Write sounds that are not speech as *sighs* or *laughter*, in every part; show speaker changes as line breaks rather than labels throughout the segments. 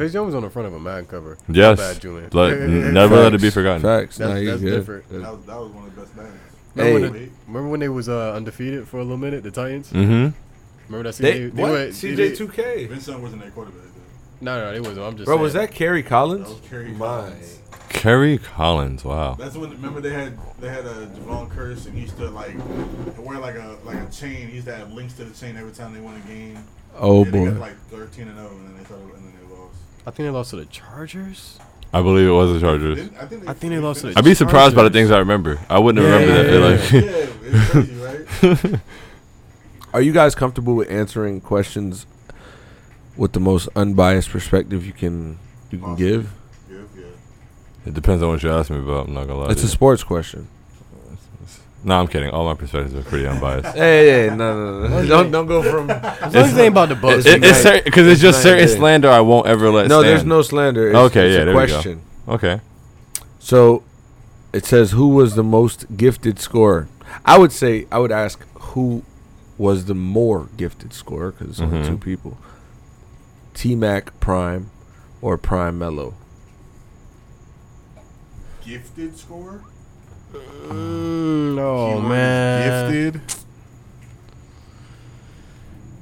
Vince Young was on the front of a Madden cover. My
Yes.
bad, Julian.
Like, n- never let it be
Facts.
forgotten.
Facts.
That's-
Nah, you
that's
good.
different.
That's-
That was, that was one of the best things.
Remember, when
Hey.
the- remember when they was uh, undefeated for a little minute, the Titans?
Mm-hmm.
Remember that
They,
season? they
what?
went-
CJ
they-
two K.
Vince Young wasn't their quarterback. Though.
No, no, it was. I'm just.
Bro,
saying.
was that Kerry Collins?
That was Kerry
My.
Collins.
Kerry Collins. Wow.
That's when remember they had they had a Javon Curse and he used to like wear like a like a chain. He used to have links to the chain every time they won a game.
Oh
And they
boy.
got like thirteen and zero, and then they started, and then they lost.
I think they lost to the Chargers.
I believe it was the Chargers.
Didn't- I think
I think they lost to the
I'd be surprised by the
Chargers.
things I remember. I wouldn't
Yeah,
remember that.
yeah,
Like, *laughs*
it's crazy, right? *laughs*
Are you guys comfortable with answering questions with the most unbiased perspective you can you can
Awesome.
give?
Yeah, yeah.
it depends on what you ask me about. I'm not gonna lie.
It's
to
a
you.
sports question.
no, I'm kidding. All my perspectives are pretty
*laughs*
unbiased.
Hey, hey, no, no,
*laughs*
no, don't don't go from.
As long as they ain't about the Bucks.
Because
you
it, Oh, it's,
right.
cer- 'cause it's just
It's
certain
night and day.
slander I won't ever let.
*laughs* No, there's
stand.
no slander. It's,
Okay,
it's
yeah,
a
there we go.
question.
Okay.
So, it says who was the most gifted scorer. I would say I would ask who was the more gifted scorer because it's
Mhm.
only two people. T Mac Prime or Prime Mello.
Gifted score.
Mm, oh
Keyword is
man.
Gifted.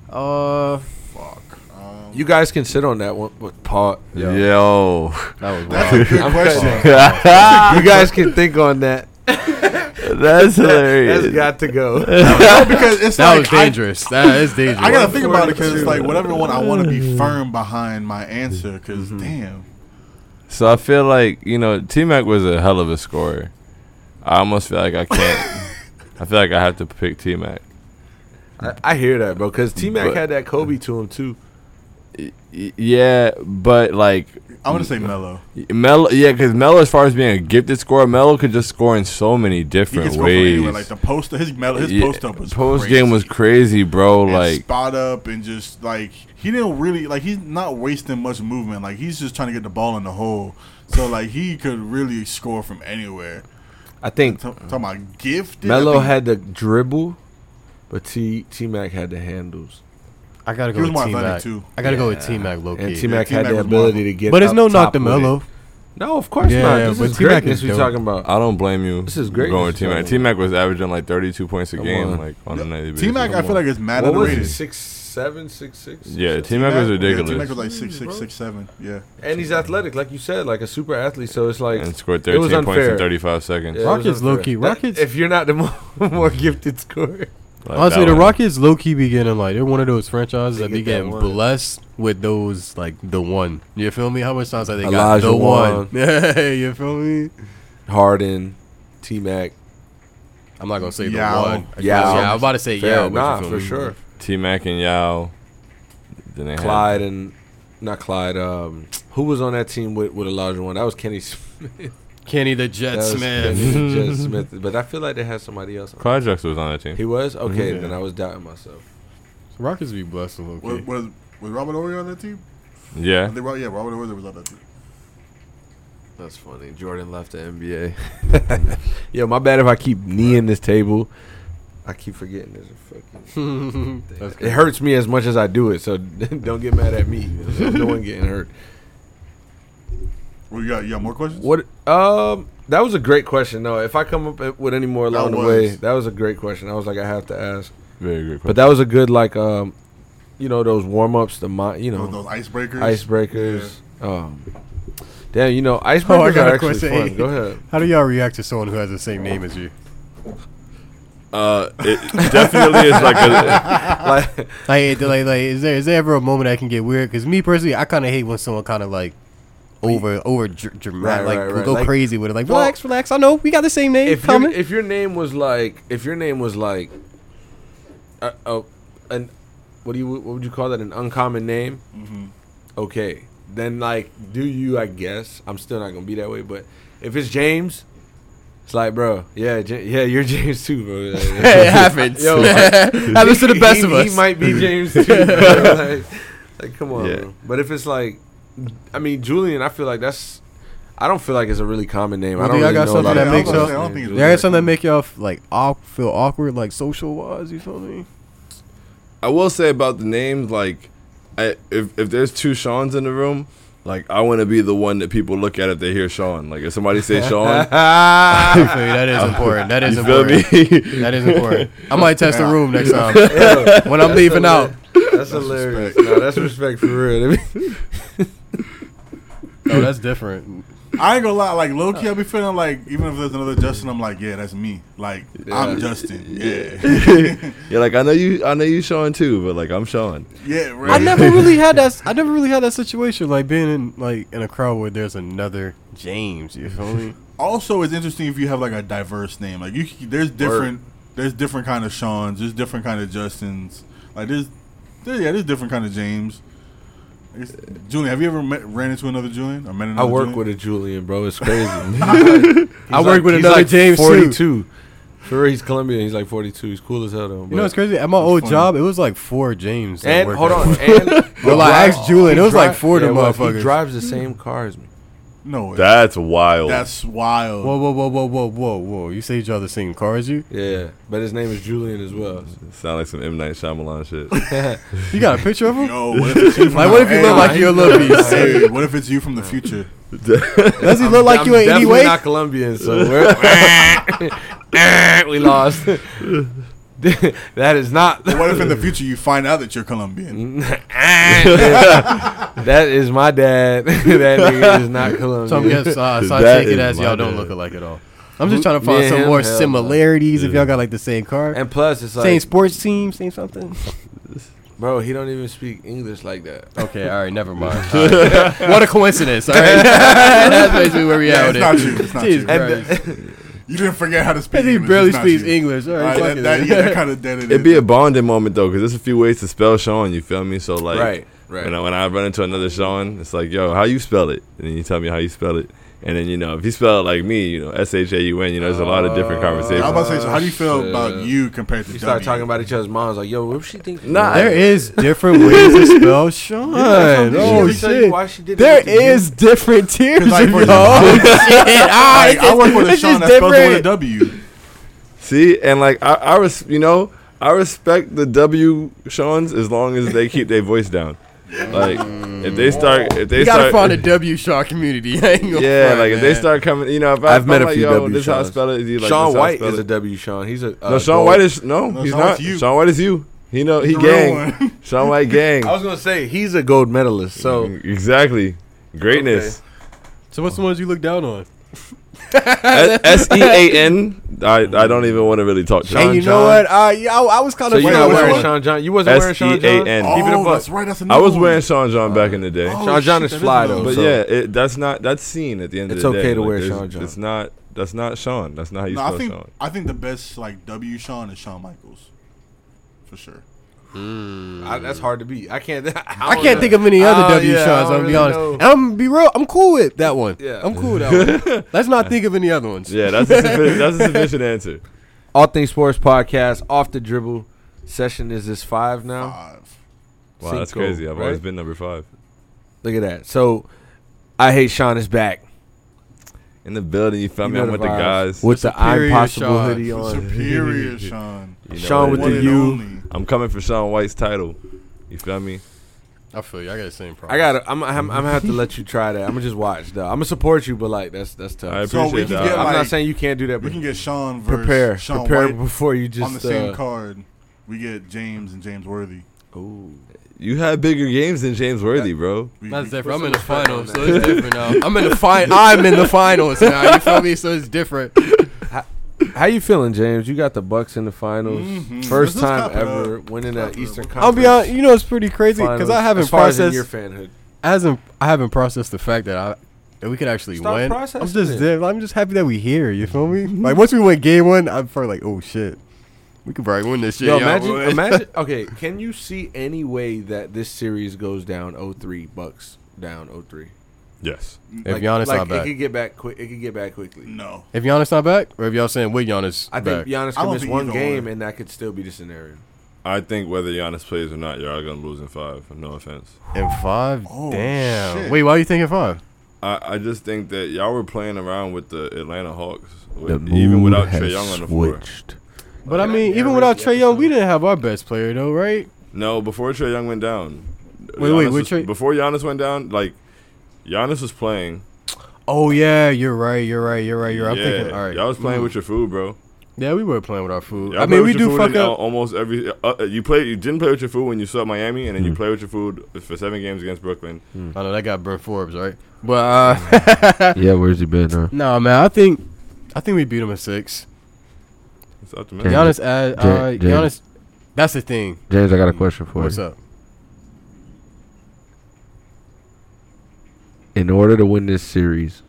Uh,
Fuck. Um,
You guys can sit on that one, but Paul.
Yo. *laughs*
that was
That's a
wild.
good
I'm
question.
you guys can think on that.
That's hilarious.
That's got to *laughs* go.
no, because
*laughs*
it's
That
like
was
I-
dangerous. that is dangerous.
I gotta think about it because it's like whatever one I want to be firm behind my answer Mm-hmm. because damn,
so I feel like you know T Mac was a hell of a scorer. I almost feel like I *laughs* can't. I feel like I have to pick T Mac.
I, I hear that, bro. Because T Mac
But-
had that Kobe to him too.
Yeah, but like
I'm gonna say Mello.
Melo, yeah, because Melo, as far as being a gifted scorer, Melo could just score in so many
He
different
gets score from
ways.
anywhere. Like the post, his Mello, his
Yeah,
post up was
post
crazy.
game was crazy, bro.
And
like
spot up and just like he didn't really like he's not wasting much movement. Like he's just trying to get the ball in the hole. So like he could really score from anywhere.
I think
Ta- Talking about gifted. I
Melo
think-
had the dribble, but T T Mac had the handles.
I gotta go
He was more
with T
athletic
Mac.
too.
I gotta go with T Mac, low
And
key.
T Mac
Yeah,
had
T-Mac
the
was
ability
marvelous.
to get.
but it's
up
no knock
top
to
with it.
Melo.
No, of course
Yeah,
not. This
but
is
T-Mac
greatness
is
we're
dope.
talking about.
I don't blame you.
This is great.
Going with
This
T
is
Mac.
dope.
T Mac was averaging like 32 points a
Come
game,
on.
like on a nightly basis.
T Mac, I
Come
feel
on.
like it's mad
What was it?
underrated.
Six, seven, six, six.
yeah, T Mac was ridiculous.
Yeah, T Mac was like six, six, six, seven. Yeah.
And he's athletic, like you said, like a super athlete. So it's like
and scored
it
13
was
points in
unfair.
35 seconds.
Yeah, it was
Rockets
unfair.
low-key.
That-
Rockets-
If you're not the more, *laughs* more gifted scorer,
Like,
Honestly,
that
the
one.
Rockets low key be getting like they're one of those franchises that
They
be
get that
getting
one.
blessed with those like the one. You feel me? How much times have they got
Elijah
the *laughs*
Wan.
one? Yeah, you feel me?
Harden, T Mac,
I'm not gonna say
Yao.
the one.
Yao.
yeah. I'm about to say
yeah,
yeah,
nah, for sure.
T Mac and Yao. Then they had-
Clyde and not Clyde. Um, who was on that team with with Elijah one? That was Kenny *laughs* Smith.
Kenny the
That
Jet
was
Smith. *laughs*
Kenny *laughs* Jet Smith. But I feel like they had somebody else. On.
Clyde Drexler was on that team.
He was okay.
Yeah.
Then I was doubting myself.
Rockets be blessed low
Was,
key.
was was Robert Ory on that team? I
Yeah.
think, Ro- yeah, Robert Ory was on that team.
That's funny. Jordan left the NBA. *laughs* Yo, my bad if I keep kneeing this table. I keep forgetting there's *laughs* a fucking.
That's
It hurts me as much as I do it, so *laughs* don't get mad at me. *laughs* no one getting hurt.
Well, you got you got more questions?
What? Um, that was a great question. No, if I come up with any more along
That
the way,
was.
that was a great question. I was like, I have to ask.
Very good.
But that was a good like, um, you know, those warm ups, the mi- you
Those,
know,
those icebreakers.
icebreakers. Um, damn, you know,
*laughs*
icebreakers
Oh, I got
are
a
actually
question.
fun. Go ahead.
How do y'all react to someone who has the same name as you?
uh, it definitely is like
*laughs*
a.
*laughs*
Like,
Like, like, like, is there is there ever a moment I can get weird? Because me personally, I kind of hate when someone kind of like over over dr- dramatic,
Right,
like
right, right.
go
Like-
crazy with it. Like,
Well,
relax, relax. I know we got the same name
if your,
common.
if your name was like if your name was like uh, oh an what do you what would you call that an uncommon name
Mm-hmm.
okay then like do you i guess i'm still not gonna be that way but if it's james it's like bro yeah Ja- yeah you're *laughs* james
*laughs*
too bro
Hey, it happens.
*laughs*
*laughs*
Yo,
happens to the best
he,
of
he
us.
might be james
*laughs*
too bro. *laughs* like, like come on
Yeah.
bro. but if it's like i mean julian i feel like that's i don't feel like it's a really common name
Well,
i don't
do y'all
really
got
know a lot
something
of
that
people
makes
with
y'all-
that name,
I don't think it's
Julian.
There ain't something that make y'all f- like awk- feel awkward, like social wise. You feel me?
I will say about the names, like, I, if if there's two Sean's in the room, Like I want to be the one that people look at if they hear Sean. Like if somebody say
*laughs*
Sean,
I feel you. That is important. That is
you feel
important.
me?
That is important. I might test the
Yeah.
room next time
Yo, *laughs*
when I'm *laughs* leaving out.
that's hilarious. No, that's respect for real.
No, Oh, that's different.
I ain't gonna lie, like low key, I be feeling like even if there's another Justin, I'm like, yeah, that's me. Like I'm Justin. Yeah,
*laughs*
*laughs*
*laughs* You're like I know you. I know you Sean too, but like I'm Sean.
yeah. Right.
I never really had
*laughs*
that. I never really had that situation like being in like in a crowd where there's another James. You feel me?
Also, it's interesting if you have like a diverse name. Like you, c- there's different, there's different kind of Sean's, there's different kind of Justins. Like there's, there, yeah, there's different kind of James. I guess- Julian, have you ever met, ran into another Julian or met
I
another?
*laughs*
work
Julian?
with a Julian, bro. It's crazy. I
I work with another James, too.
Forty-two. For real, he's Colombian. He's like forty-two. He's cool as hell though.
You know what's
but-
crazy? At my old
funny.
job, it was like four James. that
And
worked
hold
at
*laughs* on.
work.
And
Well, I
He
asked Julian, it was like
dri-
four of them
it was. He
motherfuckers.
drives the same car as me.
No way.
That's wild.
That's wild.
Whoa, whoa, whoa, whoa, whoa, whoa, whoa! You say you drive the same car as you?
Yeah, but his name is Julian
*laughs*
as well. *laughs*
sound like some M Night Shyamalan shit.
*laughs*
You got a picture of him? *laughs*
Yo, what if it's you from
Like, what if you
Hey,
look like
hey,
you're a little piece?
Hey, what if it's you from the future?
Does he look like
I'm
you in any
definitely
way?
Not Colombian, so we're *laughs*
*laughs*
we lost. *laughs* that is not.
But what if in the future you find out that
*laughs*
you're Colombian?
that is my dad. *laughs* that nigga is not Colombian.
So I'm guessing, uh, so I
That
take it
is
as
my
y'all don't
bad.
look alike at all. I'm just
Who-
trying to find
me and
some
him?
more
Hell no.
similarities. If
Yeah.
y'all got like the same car,
And plus, it's like,
same sports team, same something.
bro, he don't even speak English like that.
Okay, all right, never mind. *laughs* All right. what a coincidence! All *laughs* right, that's basically where we
Yeah,
at
it's
with
not
it.
you. It's not
Jesus
you.
Christ.
And the-
You didn't forget how to speak.
And he
English. It's
barely
not
speaks
you.
English. All
All
right,
right,
fuck
that, that,
it.
yeah, that kind
*laughs*
of dead it.
It'd be a bonding moment though, because there's a few ways to spell Sean. You feel me? So like,
right, right.
When I, when I run into another Sean, it's like, yo, how you spell it? And then you tell me how you spell it. And then you know, if you spell it like me, you know, S H A U N, you know, there's a lot of different
Uh,
conversations.
I was about to say, so Oh. how do you feel
Shit.
about you compared to
you start
W?
talking about each other's moms, like, yo, what she think?
Nah,
there is different ways to spell Sean.
That's what
Oh
she tell you
shit!
Why she did
There
that to you.
is different tiers,
Cause, like,
of
for
y'all.
example-
*laughs* Ah,
Like,
it's
I
just-
work with a
it's
Sean
just
that spells it with a
different.
W.
See, and like I, I res- you know, I respect the W Sean's as long as they keep their voice down. Like if they start, if they
You gotta
start,
find a W Shaw community. *laughs* I ain't gonna
yeah,
front,
like if they
man.
start coming, you know, if I,
I've
if
met
I'm
a
like,
few
yo,
W
this how I
Shawns.
spell it. You like,
Sean
this how I
White
spell
is
it?
a W. Sean, he's a uh,
No, Sean
gold-
White is no, he's
Sean
not.
White's you.
Sean White is you. He know he
The real
gang.
one.
*laughs* Sean White
I
gang.
was gonna say he's a gold medalist. So
Mm-hmm.
exactly. Greatness.
so what's the ones you look down on?
S E A N. I I don't even want to really talk to
and
him.
you know what? Uh, yeah, I, I was kind
so
of
you're
wait,
not
wait,
wearing
wait.
Sean John. You wasn't wearing
S
Sean
E A
John.
N.
Keep it a
Oh,
buck.
that's right. That's another
I was
one.
wearing Sean John back in the day.
Oh,
Sean John
shit,
is
that
fly,
another
though,
But
one.
So-
yeah, it, that's not that's seen at the end
It's
of the day.
okay to wear
there's-
Sean John.
It's not that's not Sean. That's not how you
No,
spell
I think
Sean.
I think the best like W Sean is Shawn Michaels, for sure.
I, that's hard to beat. I can't. *laughs* I,
I
don't
can't
know.
think of any
Oh,
other W
yeah, I
Shaws. I'm
don't
gonna be
really
honest.
know.
And I'm gonna be real. I'm cool with that one.
Yeah.
I'm cool with that one. Let's not think of any other ones.
Yeah, that's a *laughs* sufficient, that's a sufficient answer.
All Things Sports Podcast, off the dribble. Session is this five now.
Five.
Wow, that's
Cinco,
crazy. I've
right?
always been number five
Look at that. So, I hate Sean is back
in the building. You feel
You
me?
know
I'm
the
with the
vibes.
guys.
with the I'm
superior
Possible
Sean.
hoodie
The
on. *laughs*
Superior Sean.
You know what
Sean with
it
One
the
is.
and
U.
only.
I'm coming for Sean White's title. You feel me?
I feel you. I got the same problem.
I got. to I'm. I'm, I'm gonna have to let you try that. I'm gonna just watch though. I'm gonna support you, but like that's that's tough.
I
So we
appreciate
can
that.
get,
I'm
like-
not saying you can't do that,
We
but
can get Sean versus
prepare,
Sean
prepare
White
before you just
on the same
uh,
card. We get James and James Worthy.
You had bigger games than James Worthy, bro.
We,
That's
we,
different. I'm in the finals, so it's different now. *laughs* I'm in the fin. I'm in the finals now. You feel me? So it's different.
How you feeling, James? You got the Bucks in the finals,
Mhm.
first
Let's
time
just clap it
ever
up.
winning
Clap
that
it
Eastern
up.
Conference.
I'll be honest. You know, it's pretty crazy because
finals,
I haven't
as far as in
processed
your fanhood.
hasn't I haven't processed the fact that I that we could actually
Stop
win. I'm
processing
just
it.
there. I'm just happy that we here. You feel me? Like once we win game one, I'm probably like, oh shit, we could probably win this shit.
Yo,
y'all
imagine,
boys."
imagine. Okay, can you see any way that this series goes down 0-3, Bucks down 0-3?
Yes.
if Giannis
like,
not back,
it could get back quick. It could get back quickly.
No.
if Giannis not back, or if y'all saying with Giannis
I
back,
think Giannis
I
can
don't
miss
think
one
either
game,
one.
and that could still be the scenario.
I think whether Giannis plays or not, y'all gonna lose in five. No offense.
in five,
Oh,
damn.
shit.
Wait, why are you thinking five?
I, I just think that y'all were playing around with the Atlanta Hawks,
The
with, even
mood
without
has
Trey Young on the floor.
switched.
But I
Yeah,
mean,
yeah,
even
right,
without
yeah,
Trey Young, we
so-
didn't have our best player though, right?
No, before Trae Young went down.
Wait, wait,
Giannis
what
was-
Trae-
Before Giannis went down, like Giannis was playing.
Oh yeah, you're right. You're right. You're right. You're. right. I'm
yeah,
thinking. All right.
y'all was playing with your food, bro.
yeah, we were playing with our food.
Y'all
Mm. I
play
mean, we
with your
do
food in
fuck up.
al- almost every. Uh, you play. You didn't play with your food when you saw Miami, and then
Mm.
you play with your food for seven games against Brooklyn.
I know that got Brent Forbes, right? But uh, *laughs*
*laughs* Yeah, where's he been? Huh?
no, man, I think I think we beat him in six.
It's optimistic.
Yeah.
Giannis, uh, uh,
Jay- Jay.
Giannis, that's the thing.
James, I got a question for
What's
you.
up?
In order to win this series,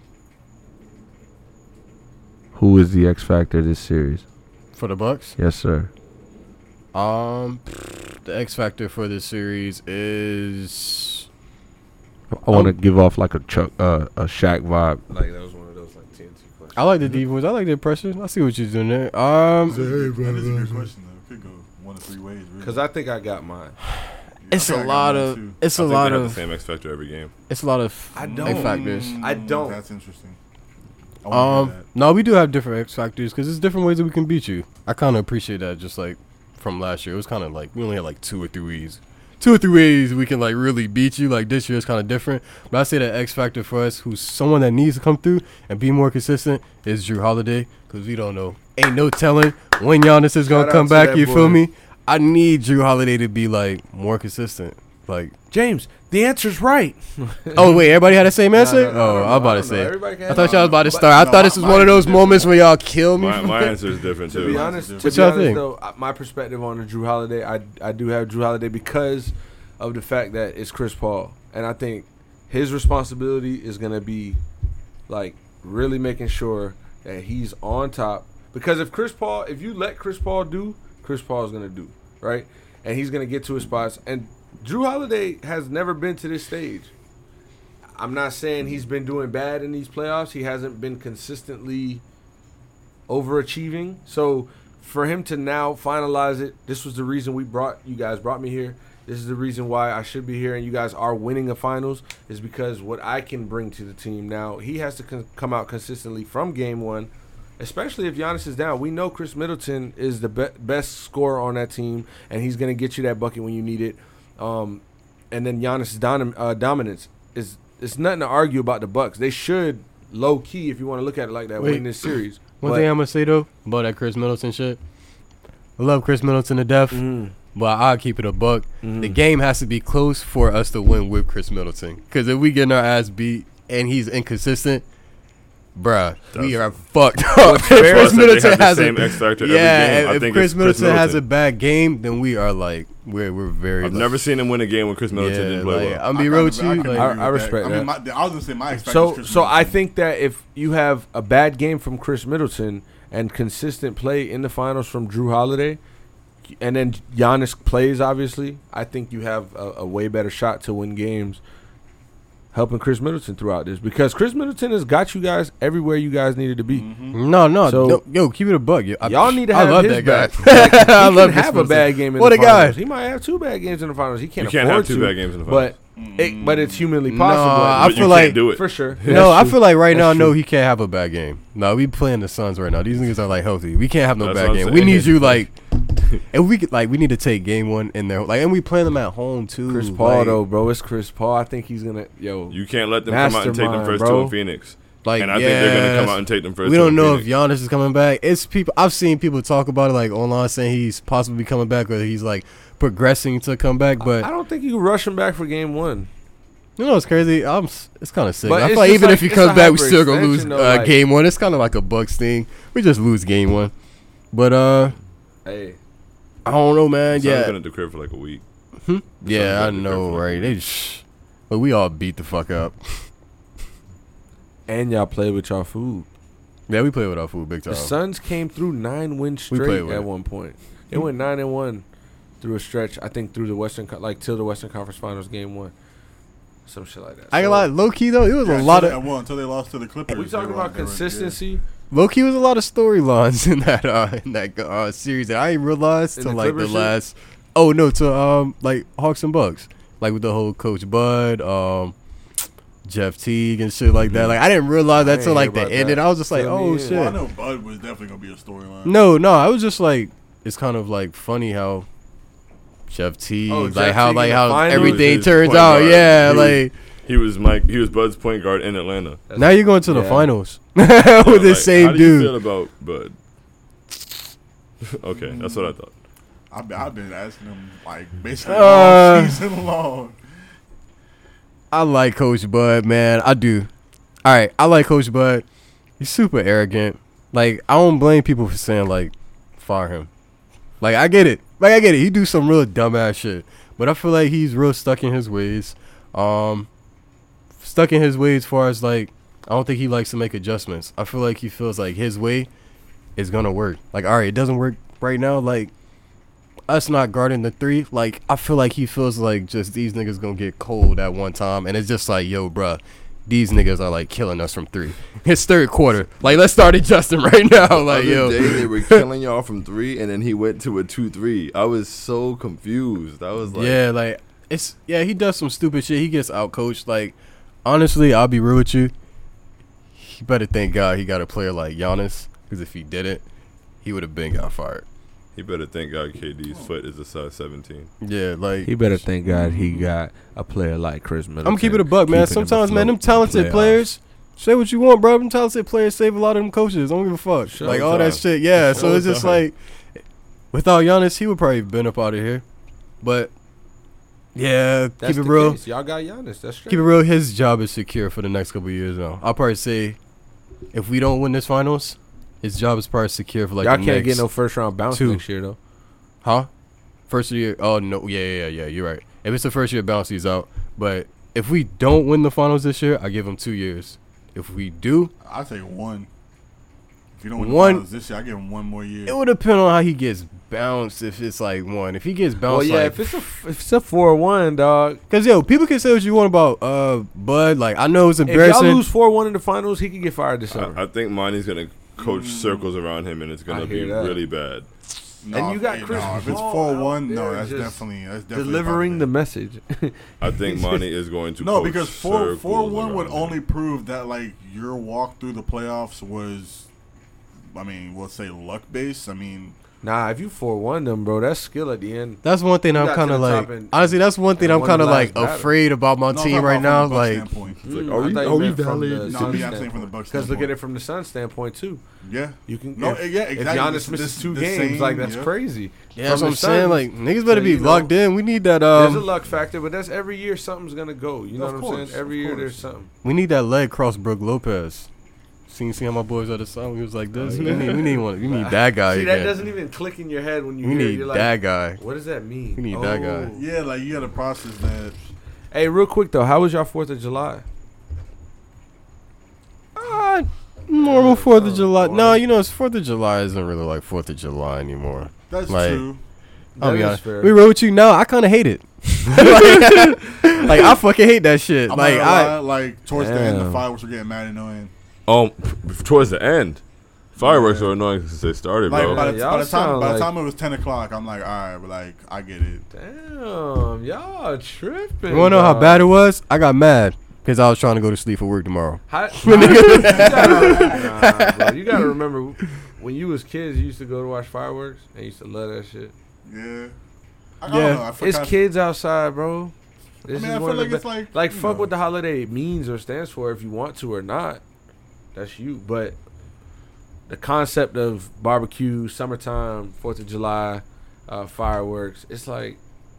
who is the X factor of this series?
For the Bucks,
Yes, sir.
um, the X factor for this series is
I want to give off like a Chuck, uh, a Shaq vibe. Oh. Like that was one of those like TNT questions.
I like the
Mm-hmm.
defense. I like the pressure. I see what you're doing there. Um,
That is a good question though. It could go one of three ways. Really.
Cause I think I got mine.
it's
I
a
got
lot
mine,
of
too.
it's
I
a
think they
lot
have
of
the same X factor
*laughs*
every game.
it's a lot of
I
X
don't.
factors.
Mm,
I don't.
That's interesting. I wanna
Um,
hear that.
no, we do have different X factors because there's different ways that we can beat you. I kind of appreciate that. Just like from last year, it was kind of like we only had like two or three ways, two or three ways we can like really beat you. Like this year is kind of different. But I say that X factor for us, who's someone that needs to come through and be more consistent, is Drew Holiday because we don't know, ain't no telling when Giannis is
Shout
gonna
out
come
to
back.
that
You feel
boy.
me? I need Drew Holiday to be like more consistent. Like,
James, the answer's right.
oh wait, everybody had the same answer.
no, no,
oh,
no,
I was about
I
to
don't know.
say.
Everybody can
I thought y'all was about to
But-
start. I
no,
thought this
my-
was one of
mine
those
is different.
moments where y'all kill me.
My,
for
my
that.
answer is different
To
too.
be
Mine's
honest,
different.
to
What
be
y'all
honest
think?
though, I- my perspective on the Drew Holiday, I I do have Drew Holiday because of the fact that it's Chris Paul, and I think his responsibility is gonna be like really making sure that he's on top. Because if Chris Paul, if you let Chris Paul do, Chris Paul's gonna do right, and he's gonna get to his spots. And Drew Holiday has never been to this stage. I'm not saying he's been doing bad in these playoffs. He hasn't been consistently overachieving. So for him to now finalize it, this was the reason we brought you guys brought me here. This is the reason why I should be here, and you guys are winning the finals is because what I can bring to the team now. He has to con- come out consistently from game one, especially if Giannis is down. We know Chris Middleton is the be- best scorer on that team, and he's going to get you that bucket when you need it. Um, and then Giannis' dom- uh, dominance is it's nothing to argue about. The Bucks they should low key, if you want to look at it like that,
Wait.
win this series.
*laughs* One
But-
thing I'm gonna say though about that Chris Middleton shit. I love Chris Middleton to death,
Mm-hmm. Mm.
but I'll keep it a buck. The game has to be close for us to win with Chris Middleton. Because if we getting our ass beat and he's inconsistent, bruh, we
That's-
are fucked *laughs* up.
fair is that they have the same X factor every game. I
yeah, if
think
Chris
it's Chris
Middleton, has
Middleton.
a bad game, then we are like we're we're very.
I've
like-
never seen him win a game when Chris Middleton
yeah,
didn't play
like,
well.
I'm be
I
real with
kinda- I
you.
kinda
like-
agree
I- I
with
respect
I
that.
mean, my, the- I was gonna say my expectation.
So, so I think that if you have a bad game from Chris Middleton and consistent play in the finals from Drew Holiday, and then Giannis plays, obviously, I think you have a, a way better shot to win games helping Chris Middleton throughout this because Chris Middleton has got you guys everywhere you guys needed to be.
Mm-hmm.
Mm-hmm. No, no,
So-
no, yo, keep it a bug. Yo, I-
Y'all need to
I
have
love
his
that *laughs* guy.
back. Like, he
I
can
love Chris
have a
Middleton.
bad game in
What
the
a guy.
finals. He might have two bad games in the finals. He can't,
You can't
afford
have two
to,
bad games in the finals.
But it, but it's humanly
No,
possible.
I
But you
feel
can't
like-
do it.
for sure.
No, I
That's
feel like right now,
That's
no,
true.
he can't have a bad game. No, we playing the Suns right now. These niggas are like healthy. We can't have no
That's what
bad
I'm
game.
saying.
We need you like, and we could, like we need to take game one in there. Like, and we playing them at home too.
Chris Paul
like,
though, bro. It's Chris Paul. I think he's gonna yo.
You can't let them come out and take them
Mastermind,
first two
bro.
in Phoenix.
Like,
and I think
yeah,
they're gonna come
that's-
out and take them first.
We
two
don't
in
know if
Phoenix.
Giannis is coming back. It's people. I've seen people talk about it like online, saying he's possibly coming back or he's like progressing to come back. But
I don't think you can rush him back for game one.
You know what's crazy? I'm. s- It's kind of sick.
But
I
it's
feel like
just
even
like-
if he
it's
comes
a
back, we still gonna
hyper-extension
lose
though,
uh,
like-
game one. It's kind of like a Bucks thing. We just lose game one. But uh,
Hey,
I don't know, man.
Suns been
Yeah,
at the crib for like a week.
yeah, I
been
know,
different.
right? They, sh- but we all beat the fuck up.
and y'all play with y'all food.
Yeah, we play with our food big
The
time.
Suns came through nine wins
We played
straight
with
at
it.
one point. They went nine and one through a stretch. I think through the Western, Co- like till the Western Conference Finals game one, some shit like that.
I
So,
got low key though. It was a lot of
Well, until they lost to the Clippers.
We
they
talking
were-
about
they were- yeah.
consistency
low key was a lot of storylines *laughs* in that uh, in that uh, series that I didn't realize
In
till
the
like the
Clippers shit?
last. Oh no, to um like Hawks and Bucks, like with the whole Coach Bud, um, Jeff Teague and shit like that. Like I didn't realize
I
that till
ain't
like
hear
the
about
end,
that.
and I was just like,
Till the
oh
end.
shit.
Well, I know Bud was definitely gonna be a storyline.
No, no, I was just like, it's kind of like funny how Jeff T,
Oh,
like
Jeff
how
Oh, Teague
like
in the
how
finals?
everything
His
turns
point
out.
guard,
Yeah,
dude.
like
He was Mike. He was Bud's point guard in Atlanta. *laughs*
Now you're going to the
Yeah.
finals *laughs*
So,
with
like,
this same
how do you
dude.
feel about Bud? *laughs* okay, that's what I thought.
I've been, I've been asking him like basically all
Uh,
season long.
I like Coach Bud, man. I do. All right, I like Coach Bud. He's super arrogant. Like I don't blame people for saying like fire him. Like I get it. Like I get it. He do some real dumbass shit, but I feel like he's real stuck in his ways. Um, stuck in his ways. As far as like, I don't think he likes to make adjustments. I feel like he feels like his way is gonna work. Like all right, it doesn't work right now. Like us not guarding the three, like I feel like he feels like just these niggas gonna get cold at one time, and it's just like, yo, bruh, these niggas are like killing us from three. *laughs* It's third quarter, like let's start adjusting *laughs* right now, like
Other
yo,
day they were killing y'all from three, and then he went to a two-three. I was so confused. I was like,
yeah, like it's yeah, he does some stupid shit. He gets out coached. Like honestly, I'll be real with you. He better thank God he got a player like Giannis, because if he didn't, he would have been got fired.
he better thank God KD's foot is a size 17.
Yeah, like
He better thank God he got a player like Chris Middleton.
I'm keeping it a buck, man.
keeping him
Sometimes, man,
afloat
them
in the
talented
playoffs.
players. Say what you want, bro. Them talented players save a lot of them coaches. I don't give a fuck.
Show
like all that
time.
shit. Yeah.
Show
so it's just
time.
like without Giannis, he would probably been up out of here. But yeah,
That's
keep it
the
real.
case. Y'all got Giannis. That's straight.
Keep it real. His job is secure for the next couple of years now. I'll probably say if we don't win this finals, his job is probably secure for like
y'all
the next,
can't get no first round bounce
two.
next year though.
huh? First of the year. Oh no. Yeah, yeah, yeah. yeah, You're right. If it's the first year, bounce these out. But if we don't win the finals this year, I give him two years. If we do,
I say one. If you don't win
One-
one this year, I give him one more year.
it would depend on how he gets bounced. If it's like one, if he gets
Well,
bounced,
yeah,
like
if it's a if it's a four one dog,
because yo, people can say what you want about uh Bud. Like I know it's
if y'all
embarrassing.
lose four one in the finals, he could get fired this summer.
I, I think Monty's gonna coach circles around him, and it's gonna
I
be
hear that.
really bad.
No,
And you got
hey,
Chris
no, if it's
Paul
four
out
one, no,
there
that's
just
definitely that's definitely
Delivering the
popular.
message. *laughs*
I think Monty is going to
*laughs* no
coach
because four
circles
four one would
around him.
only prove that like your walk through the playoffs was, I mean, we'll say luck based. I mean,
nah, if you four one them, bro, that's skill at the end.
That's one thing
You
I'm
got to
kind of
the
like.
top and-
honestly, that's one thing
and
I'm
won the
kind of
last
like
battle.
afraid about my
no, I'm
team
talking
right now. Like,
about from the Bucks standpoint.
It's like,
Mm,
are
I
we-
thought you
are we
meant from
valid?
the
No, I
Suns
mean, I'm saying from the
standpoint.
Bucks
look at
standpoint.
it from the Suns standpoint too.
yeah,
You can
No,
if,
yeah,
if
exactly.
Giannis
This-
misses
this-
two
this
games, like
same-
that's
yeah.
crazy.
yeah, that's
From
what I'm
the
saying.
Suns,
Like, niggas better
so,
be
you know,
locked in. We need that.
there's a
Um,
luck factor, but that's every year something's gonna go. You know
Of
what I'm
course,
saying? Every
of
year
course.
there's something.
we need that leg cross, Brooke Lopez. Seen, see how my boys are the song. He was like this. We need, we need one. We need that guy.
Oh, *laughs* See, that
again.
doesn't even click in your head when you
We
hear it.
need
You're
that
like,
guy.
what does that mean? Oh.
We need that guy.
yeah, like you got to process that.
Hey, real quick though, how was y'all Fourth of July?
Uh, normal Fourth of July.
oh, boy.
No, you know, it's Fourth of July isn't really like Fourth of July anymore.
That's
Like,
true.
I'll
That
be
is
honest.
fair.
Oh, We rode with you now. I kind of hate it. *laughs* like, *laughs* I fucking hate that shit.
I'm
like,
not gonna
I.
lie, like towards the end, the
Damn.
fireworks were getting mad annoying.
Um, towards the end, fireworks are annoying since they started,
Like
bro.
by, the,
Y'all
by the time
sound
by the
like-
time it was ten o'clock, I'm like, all right, but like I get it.
Damn, y'all tripping.
You wanna know how
dawg.
bad it was? I got mad because I was trying to go to sleep for work tomorrow. *laughs*
How, nah, you, gotta, nah, bro, you gotta remember when you was kids, you used to go to watch fireworks and you used to love that shit.
Yeah. I, I
Yeah.
don't know. I feel
it's
kinda-
kids outside, bro.
I
This
mean,
is
I
one
feel
of the
like
be-
it's like
like
you
fuck
know.
what the holiday means or stands for if you want to or not. That's you. But the concept of barbecue, summertime, Fourth of July, uh, fireworks, it's like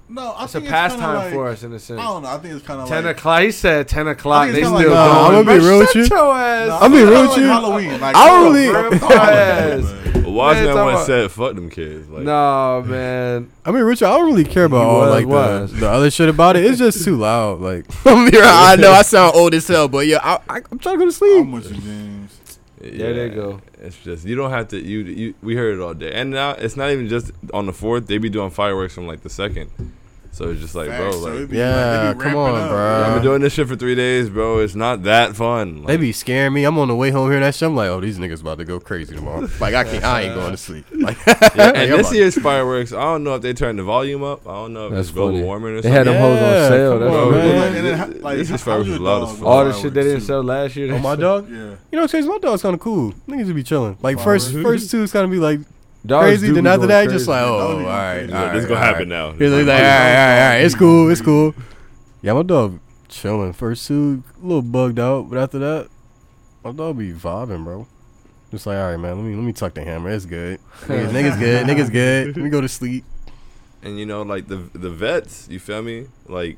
No, I
it's a
think kinda
pastime
like-
for us in a
I
sense.
don't know. I think it's kind of
Ten
like
o'clock. He said ten o'clock.
I
They
think it's
still
kinda
going.
like-
I'ma
Nah,
be
Bro,
real with
shut
you.
Your ass.
No,
I mean,
it's kinda
real
like
shit.
Halloween. Like,
I
it's
really-
kinda
*laughs*
*laughs*
like
Yes.
But
A wise
Man,
man
talk
once
about-
said, "Fuck them kids." Like,
Nah, man.
I mean, Richard, I don't really care about
You
all
was,
like the,
was.
the other shit about it. It's just too loud. Like, *laughs* I'm here, I know I sound old as hell, but yeah, I, I, I'm trying to go to sleep.
I'm with you, James.
There they go.
It's just you don't have to. You, you we heard it all day, and now it's not even just on the fourth. They be doing fireworks from like the second, so it's just like,
Facts, so
bro,
it
like
be-
Yeah,
like, they be
come on,
ramping up.
bruh.
I've been doing this shit for three days, bro. It's not that fun.
They
Like,
be scaring me. I'm on the way home here. That shit. I'm like, oh, these niggas about to go crazy tomorrow. Like, I can't. I ain't going to *laughs* sleep. Like,
yeah,
I'm
and this
like-
year's fireworks, I don't know if they turned the volume up. I don't know if
That's
it's global
funny.
warming or
They
something.
had them hoes
Yeah,
on sale.
come
That's
on,
what
man.
it
Like,
is.
and then, ha- like,
This is
how- how's
fireworks
your
a lot of
dog
fun.
with
All the shit they
fireworks,
didn't
too?
sell last year. they
Oh, my
sell-
dog.
Yeah.
You know, Chase, my dog's kind of cool. Niggas would be chilling. Like first,
Fire.
first two is gonna be like
Dogs
crazy.
do
Then
be
after
going
that, just
crazy.
like, oh,
Dogs
all
be going
right,
crazy.
all
Yeah, this
right,
gonna
all
happen
right.
now.
He's like, all
Like,
right, all right, all right, it's cool, it's cool. Yeah, my dog chilling. First two, a little bugged out, but after that, my dog be vibing, bro. Just like, all right, man, let me let me tuck the hammer. It's good.
*laughs*
Niggas, niggas good. Niggas good. Let me go to sleep.
and you know like the the vets you feel me like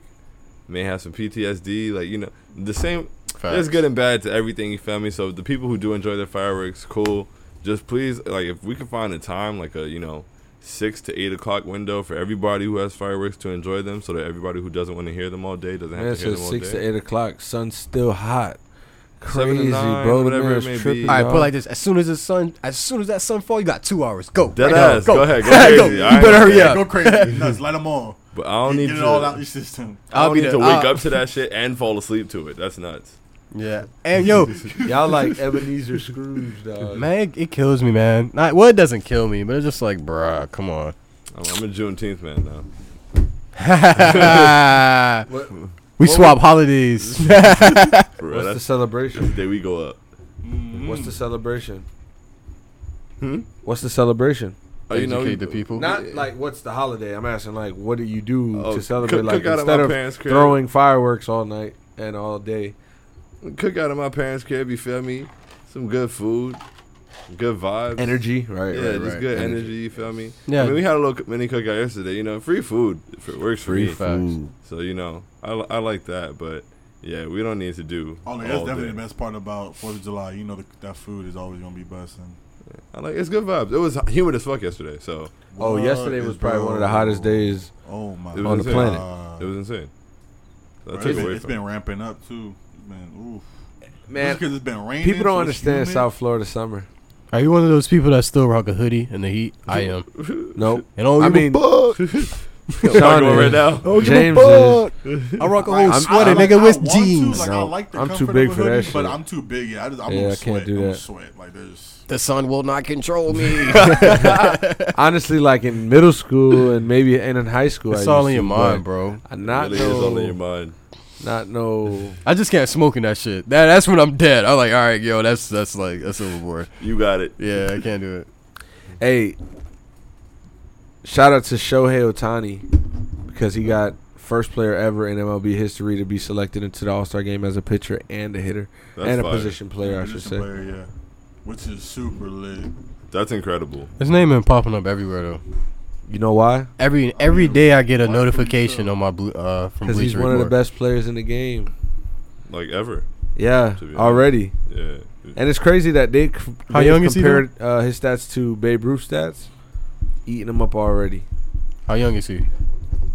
may have some ptsd like you know the same there's
Facts.
good and bad to everything you feel me so the people who do enjoy their fireworks cool just please like if we can find a time like a you know six to eight o'clock window for everybody who has fireworks to enjoy them so that everybody who doesn't want to hear them all day doesn't have
Man,
to
it's
hear them all
six
day
to eight o'clock. Sun's still hot.
Seven to
Crazy,
nine,
bro. The
whatever
man
it
is
may be.
tripping,
All
All right,
dog.
put it like this. As soon as the sun, as soon as that sun fall, you got two hours. Go.
Dead
right now.
ass. Go. ahead. Go,
*laughs* Go.
crazy.
You
I ain't
better hurry
saying-
up.
*laughs*
Go crazy, nuts, light them all.
But I don't
Get
need
it
to,
all out your system.
I don't
be
need
the- uh,
to wake
I'll-
up to that shit and fall asleep to it. That's nuts.
Yeah. And
*laughs*
yo,
Y'all like Ebenezer Scrooge, dog.
man, it, it kills me, man. Not, well, it doesn't kill me, but it's just like, bruh, come on. *laughs*
I'm, I'm a Juneteenth man now.
What,
we
What
swap *laughs* holidays. Oh,
For real.
what's the
That's
celebration?
the day we go up.
What's the celebration?
Hmm?
What's the celebration?
*laughs*
Oh, you know,
Educate
you-
the people.
Not like what's the holiday. I'm asking like what do you do
Oh,
to
cook-
celebrate?
cook out
like
at
instead
my
of
parents' crib.
throwing fireworks all night and all day.
cook out of my parents' crib. You feel me? Some good food, good vibes,
Energy, right?
Yeah,
right,
just
right.
good energy. You feel me?
Yeah.
I mean, we had a little mini cookout yesterday. You know, free food if it works for me.
Free facts.
So you know, I, li- I like that, but yeah, we don't need to do.
Oh, no, that's
all
definitely the
day.
best part about Fourth of July. You know the, that food is always gonna be busting.
I like it's good vibes. It was humid as fuck yesterday, so
Oh,
What
yesterday
is-
was probably one of the
bro.
hottest days.
Oh my!
It was
God.
insane. on the
Uh,
it was insane. So I
bro,
took
it's
away
been, it's
from.
been ramping up too. It's been oof.
Man,
because it's been raining.
people don't
so it's
understand
humid.
South Florida summer.
Are you one of those people that still rock a hoodie in the heat? I am.
*laughs* Nope.
And all
I
you *laughs*
*laughs* I'm
mean,
not going right
is-
now.
don't give
James
a fuck. I rock a whole
I'm-
sweater,
I'm-
nigga,
I
with
want to,
jeans.
like, I
No,
like the
I'm too
comfort of
big
a
for that
hoodie, But
shit.
I'm too big. Yeah, I just, I'm
Yeah, I
gonna
can't
sweat.
do
I'm gonna
that.
sweat. Like there's.
The sun will not control *laughs* me.
honestly, like in middle school and maybe and in high school,
it's
I
all
used
in your
to,
mind,
but
bro.
I not
really is all in your
know,
mind.
not *laughs* know.
I just can't smoke in that shit. That, that's when I'm dead. I'm like, all right, yo, that's that's like that's overboard.
You got it.
Yeah, I can't do it.
Hey, shout out to Shohei Otani because he got first player ever in MLB history to be selected into the All Star game as a pitcher and a hitter
That's
and a
fire.
position player, I should
position
say.
player, yeah. Which is super lit.
That's incredible.
His name been popping up everywhere though.
You know why?
Every every day I get a notification on my blue uh from
Because he's
Bleacher
one of the
Report.
best players in the game.
Like ever.
Yeah,
To be honest.
already.
Yeah.
And it's crazy that they, c-
How
they
young is he,
compared uh, his stats to Babe Ruth stats, eating him up already.
How young is he?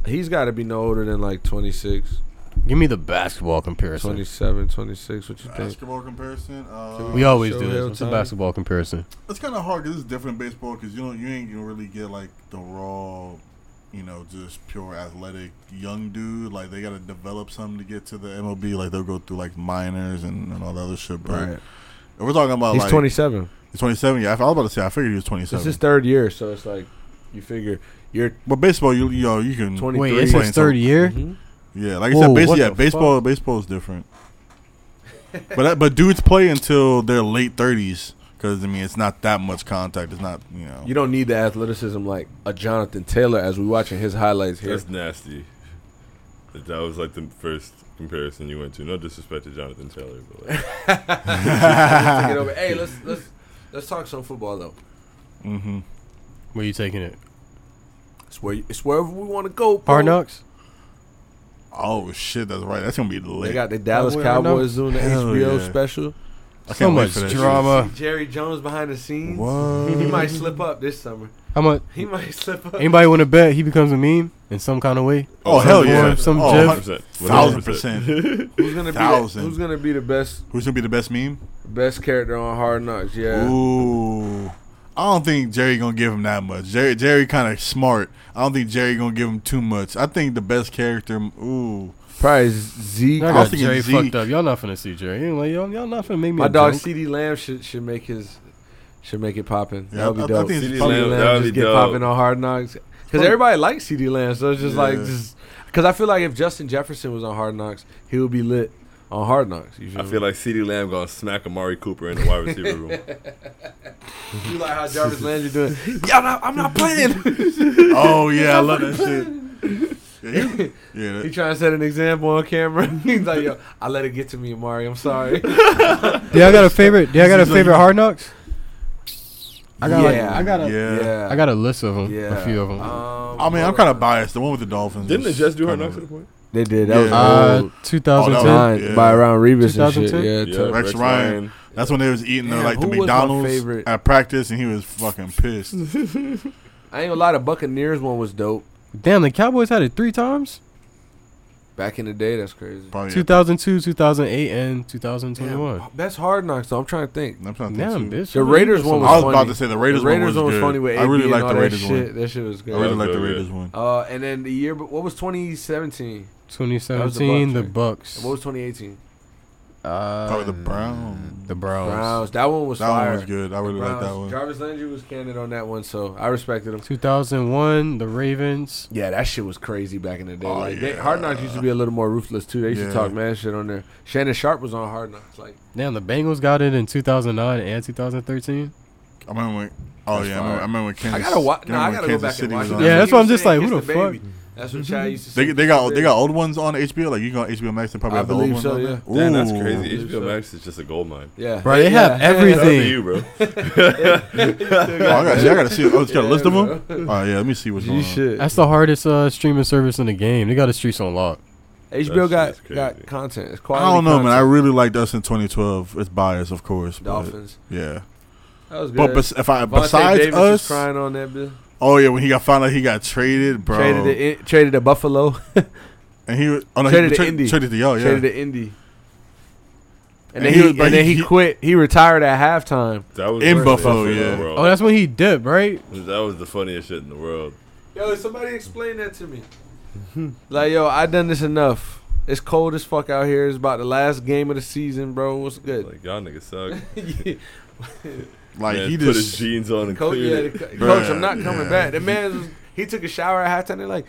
He's got to be no older than like 26,
Give me the basketball comparison.
27, 26. What you think?
Basketball comparison. Uh,
Can
We always do
Shohei
this. What's a
Ohtani.
basketball comparison?
it's kind of hard because it's different baseball because you don't you ain't gonna really get like the raw, you know, just pure athletic young dude. Like they gotta develop something to get to the MLB. Like they'll go through like minors and, and all that other shit. But
Right.
if we're talking about
He's
like
27.
he's 27. Yeah, I, I was about to say I figured he was
It's
27.
his third year, so it's like you figure you're
but baseball, you you, know, you can
23.
Wait, Mm-hmm. it's his
Playing some-
third year.
Mhm.
yeah, like I
Whoa,
said,
what
basically, yeah,
the
baseball baseball is different. but that, but dudes play until their late 30s because I mean it's not that much contact. It's not you know.
You don't need the athleticism like a Jonathan Taylor as we watching his highlights *laughs* here.
That's nasty. That, that was like the first comparison you went to. No disrespect to Jonathan Taylor, but like,
*laughs*
Take it over. Hey, let's let's let's talk some football though.
hmm
Where you taking it?
It's where it's wherever we want to go. bro.
Hard knocks.
Oh shit, that's right. That's gonna be lit.
They got the Dallas
Hard Knock?
Cowboys doing the
Hell
HBO
yeah.
special.
So
I can't wait
much
for that shit.
drama.
Jerry Jones behind the scenes.
What?
He might slip up this summer.
How much?
He might *laughs* slip up.
Anybody want to bet he becomes a meme in some kind of way?
Oh hell yeah!
Some
oh,
gif.
100%.
Thousand
*laughs*
percent.
Who's gonna be the,
Thousand.
Who's gonna be the best
Who's gonna be the best meme?
best character on Hard Knocks? Yeah.
Ooh, I don't think Jerry gonna give him that much. Jerry, Jerry kind of smart. I don't think Jerry gonna give him too much. I think the best character. Ooh,
Probably Zeke.
Y'all
I
got
was thinking
Jerry
Zeke.
fucked up. Y'all not finna see Jerry. Y'all, y'all, y'all not finna make me.
My
a
dog
joke.
CD Lamb should should make his should make it poppin.
Yeah,
that
I-
would
I
be dope.
think it's
CD
probably-
Lamb
that would
just
be
get
dope.
popping on Hard Knocks because everybody likes CD Lamb, so it's just like
Yeah.
just because I feel like if Justin Jefferson was on Hard Knocks, he would be lit on Hard Knocks. You
I feel like CeeDee Lamb gonna smack Amari Cooper in the wide receiver
*laughs*
room.
like you like how
*laughs*
Jarvis Landry doing. Yeah, I'm not, I'm not playing.
Oh yeah, I love that shit. *laughs* Yeah, you, yeah
He
that,
trying to set an example on camera. *laughs* He's like, yo, I let it get to me, Amari. I'm sorry.
Do y'all got a favorite? Do y'all got a
Seems like
favorite
you-
hard knocks? I got, like,
*laughs* Yeah.
I got a,
yeah.
I got a list of them.
yeah.
A few of them.
Um,
I mean, I'm kind of biased. The one with the Dolphins.
Didn't they
was
just do hard
kinda-
knocks at the point?
They did. That
Yeah.
was
uh,
old.
Oh,
2010.
that was-
Nine,
yeah.
by around Revis and shit.
2010?
Yeah,
Yeah,
tough.
Rex Ryan. That's when they was eating the,
Damn,
like the
who was my
McDonald's
favorite?
at practice, and he was fucking
*laughs*
pissed.
I ain't gonna lie. The Buccaneers one was dope.
Damn, the Cowboys had it three times.
Back in the day, that's crazy.
Probably.
2002, 2008, and 2021.
Damn, that's hard knocks. though. I'm trying to think.
I'm trying to think
Damn,
too.
bitch.
The Raiders one
I was
was
about
funny.
to say the Raiders,
the Raiders
one was,
one was
good.
funny with
I
AB
really
and
like
all
the
that
Raiders
shit.
one.
That shit was
I
good.
really
was
like the
good, yeah.
Raiders one.
Uh, and then the year, what was 2017?
2017,
That
the
was the
Bucks.
What was 2018?
Uh,
Probably the Browns.
The Browns.
Browns. That one was
That
fire.
one was good. I really like that
Browns.
one.
Jarvis Landry was candid on that one, so I respected him.
2001, the Ravens.
Yeah, that shit was crazy back in the day.
Oh,
like they,
yeah.
Hard Knocks used to be a little more ruthless too. They used
Yeah.
to talk mad shit on there. Shannon Sharp was on Hard Knocks. Like
Damn, the Bengals got it in 2009 and 2013.
I remember when. Oh
That's
yeah, I remember, I
fire.
remember when Kansas.
I gotta watch.
remember
No, I
when
gotta go
Kansas
back
City
and watch.
was
it.
on
Yeah,
that?
He
that's
was
what I'm just
saying,
like, who
"Kiss
the fuck?"
baby. That's what Chad used to say.
They, they got they got old ones on HBO. Like you got HBO Max, they probably
I
have the old
believe
ones.
so,
on
yeah.
there.
Damn, that's
Ooh.
crazy.
So-
HBO Max is just a gold mine.
Yeah,
Bro, they have
Yeah.
everything.
*laughs*
Shout out to you, bro.
Oh, I gotta see. I *laughs* gotta see. Oh, it's got a list of
Yeah,
them. Oh yeah, let me see what's
G
going on.
shit.
That's the hardest uh, streaming service in the game. They got the streets on lock.
HBO
That
got
shit's
got
crazy.
content. It's
I
quality.
don't know, man. I
content.
really liked us in 2012. It's biased, of course. but-
Dolphins.
Yeah,
That was good.
but bes- if I
Vontae
besides
Davis was
us,
crying on that bill.
oh yeah, when he got found out he got traded, bro,
Traded to in, traded to Buffalo.
and he was- oh no,
Traded
he
to
tra-
Indy.
traded to y'all, Oh, yeah.
Traded to Indy. And,
And
then
he
he,
was-
and
but
then
he-
he, quit. He retired at halftime.
That was
In
the
Buffalo,
funniest shit
yeah.
in the world.
Oh, that's when he dipped, right?
that was the funniest shit in the world.
Yo, somebody explain that to me. *laughs* like, yo, I done this enough. It's cold as fuck out here. It's about the last game of the season, bro. What's *laughs* good?
Like y'all niggas suck.
Like
Man,
he
put his
just
jeans on *laughs* and
coach,
cleared
yeah,
it.
the co-
Bruh,
coach, I'm not coming
yeah.
back. The man, was, he took a shower at halftime. They're like,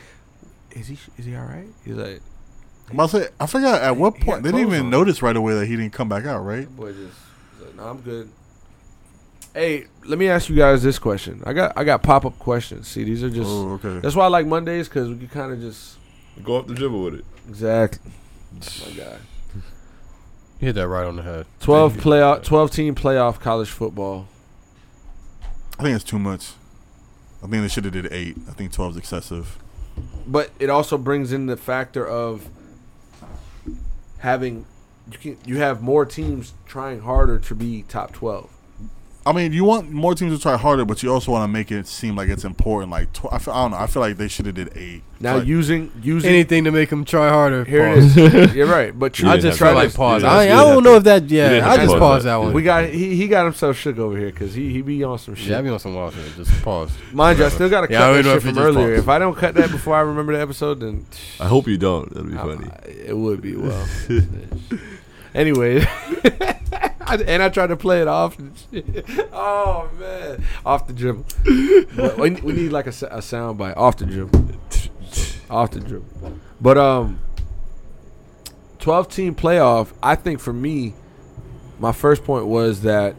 is he is he all right? He's like,
I'm about to say, I forgot at what
He got
point they didn't
clothes
even
on.
notice right away that he didn't come back out, right?
that boy just, he's like, no, I'm good. Hey, let me ask you guys this question. I got I got pop up questions. See, these are just
oh, okay.
that's why I like Mondays because we can kind of just
Go up the dribble with it.
exactly. My God.
He hit that right on the head.
12 playoff 12 team playoff college football
I think it's too much. I think they should have did eight. I think twelve's excessive.
but it also brings in the factor of having you can you have more teams trying harder to be top 12
I mean, you want more teams to try harder, but you also want to make it seem like it's important. Like tw- I, feel, I don't know. I feel like they should have did eight.
now
Like,
using using
Anything to make him try harder.
here it
Pause. *laughs*
is you're right but you
I
didn't
just
have
tried
to.
like pause.
You
I, I
didn't have
don't
to.
know if that.
You
Yeah,
didn't
I
have to
just
pause
paused
that.
that one.
we got he, he got himself shook over here because he he be on some shit
Yeah, I be on some wild shit.
*laughs*
Just pause.
mind you I still gotta cut
Yeah, I
that
don't know
shit
if he
from
just
earlier
paused.
if I don't cut that before I remember the episode then
I hope you don't. That'd be
I-
funny.
I- it would be well.
*laughs*
anyway, *laughs* I- and I tried to play it off. and shit. oh man, off the dribble. But we, we need like a, s- a sound bite off the dribble, off the dribble. But um, twelve team playoff. I think for me, my first point was that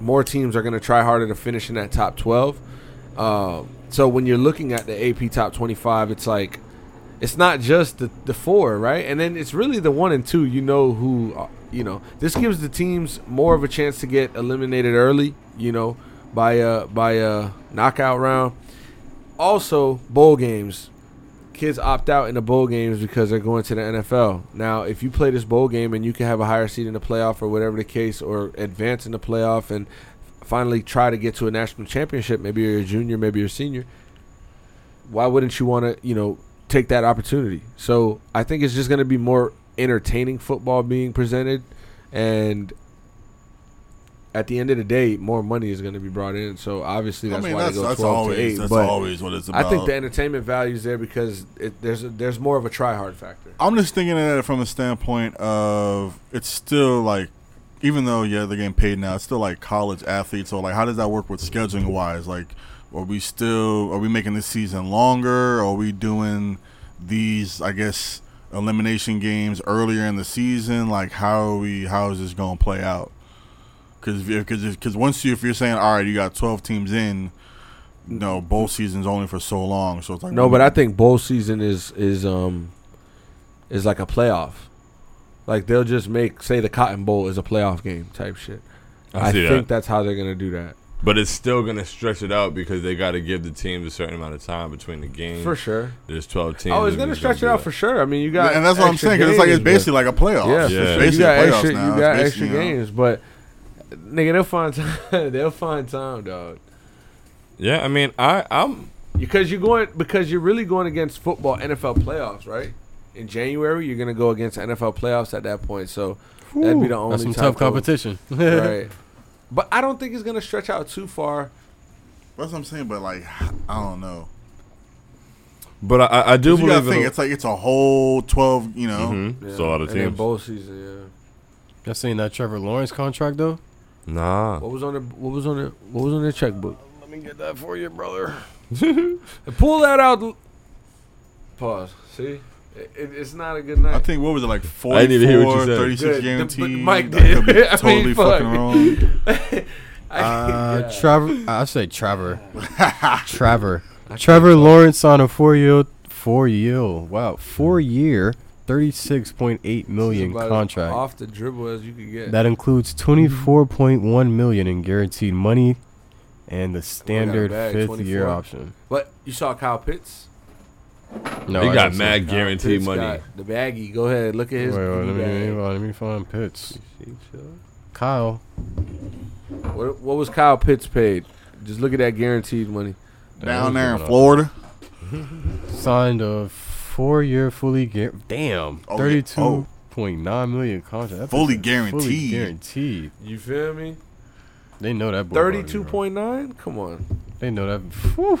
more teams are going to try harder to finish in that top 12. Um, so when you're looking at the AP top 25, it's like it's not just the, the four, right? And then it's really the one and two. You know who, uh, you know. This gives the teams more of a chance to get eliminated early, you know, by a by a knockout round. Also, bowl games. Kids opt out in the bowl games because they're going to the NFL. Now, if you play this bowl game and you can have a higher seed in the playoff or whatever the case, or advance in the playoff and finally try to get to a national championship, maybe you're a junior, maybe you're a senior, why wouldn't you want to, you know, take that opportunity? So I think it's just going to be more entertaining football being presented, and at the end of the day, more money is going to be brought in. So obviously,
I
that's
mean,
why
that's,
they go
that's
twelve
always
to eight.
that's
but
always what it's about.
I think the entertainment value is there because it, there's there's more of a try hard factor.
I'm just thinking of it from a standpoint of it's still like, even though yeah they're getting paid now, it's still like college athletes. So like, how does that work with scheduling wise? Like, are we still are we making this season longer? Are we doing these I guess elimination games earlier in the season? Like, how are we? How is this going to play out? Because because once you if you're saying all right, you got 12 teams in. no bowl season's only for so long. So it's like
No, but I think bowl season is is um is like a playoff. Like they'll just make say the Cotton Bowl is a playoff game type shit. I,
see
think
that.
that's how they're gonna do that
But it's still gonna stretch it out because they got to give the teams a certain amount of time between the games.
for sure.
There's 12 teams.
Oh, it's
and
gonna
we
stretch it
do
out
that.
for sure. I mean, you got
and that's what I'm
extra
saying. 'cause it's like it's
games, but-
basically like a playoff.
Yeah,
It's
for sure.
you
basically
got
a playoffs
extra,
now.
you got
It's
extra
basically, you know,
games, but *laughs* nigga, they'll find time. *laughs* they'll find time, dog.
Yeah, I mean, I I'm
Because you're going because you're really going against football NFL playoffs, right? In January, you're gonna go against NFL playoffs at that point. So that'd be the only
That's some
time
tough
for-
competition. *laughs*
right? But I don't think it's gonna stretch out too far.
That's what I'm saying. But like, I don't know.
but I- I I do
'Cause You
believe
gotta think
it.
it's like it's a whole twelve. You know,
Mm-hmm. It's a lot of
And then
teams.
bowl season,
Y'all seen that Trevor Lawrence contract though?
yeah.
Nah.
What was on the what was on the what was on their checkbook?
Let me get that for you, brother.
Pull that out. Pause. See, it, it- it's not a good night.
I think what was it like
I didn't even hear what you
44,
said.
36
Good. The- but
guaranteed.
Mike
I
did.
could
*laughs*
be
I mean,
totally
fuck.
fucking wrong.
Uh,
*laughs* yeah.
Trevor, I say Trevor, Trevor, Trevor Lawrence signed a four-year, four-year, wow, four-year, thirty-six point eight million
Somebody
contract.
off the dribble as you could get.
That includes twenty-four point one million in guaranteed money, and the standard
bag,
fifth-year
24.
option.
but you saw Kyle Pitts.
No,
they
I
got
didn't see
mad
Kyle
guarantee
Pitts
money.
got The baggie. Go ahead. Look at
it.
his.
Wait, wait, let, me,
bag.
let me- let me find Pitts. Kyle,
What, what was Kyle Pitts paid? Just look at that guaranteed money.
Down there in
Florida.
Florida.
signed a four-year fully gar- damn
Oh, yeah.
thirty-two
Oh.
point nine million contract. That
Fully
bitch is Fully
guaranteed.
guaranteed.
You feel me?
They know that. boy about it,
Thirty-two
bro.
point nine. Come on.
They know that. Whew.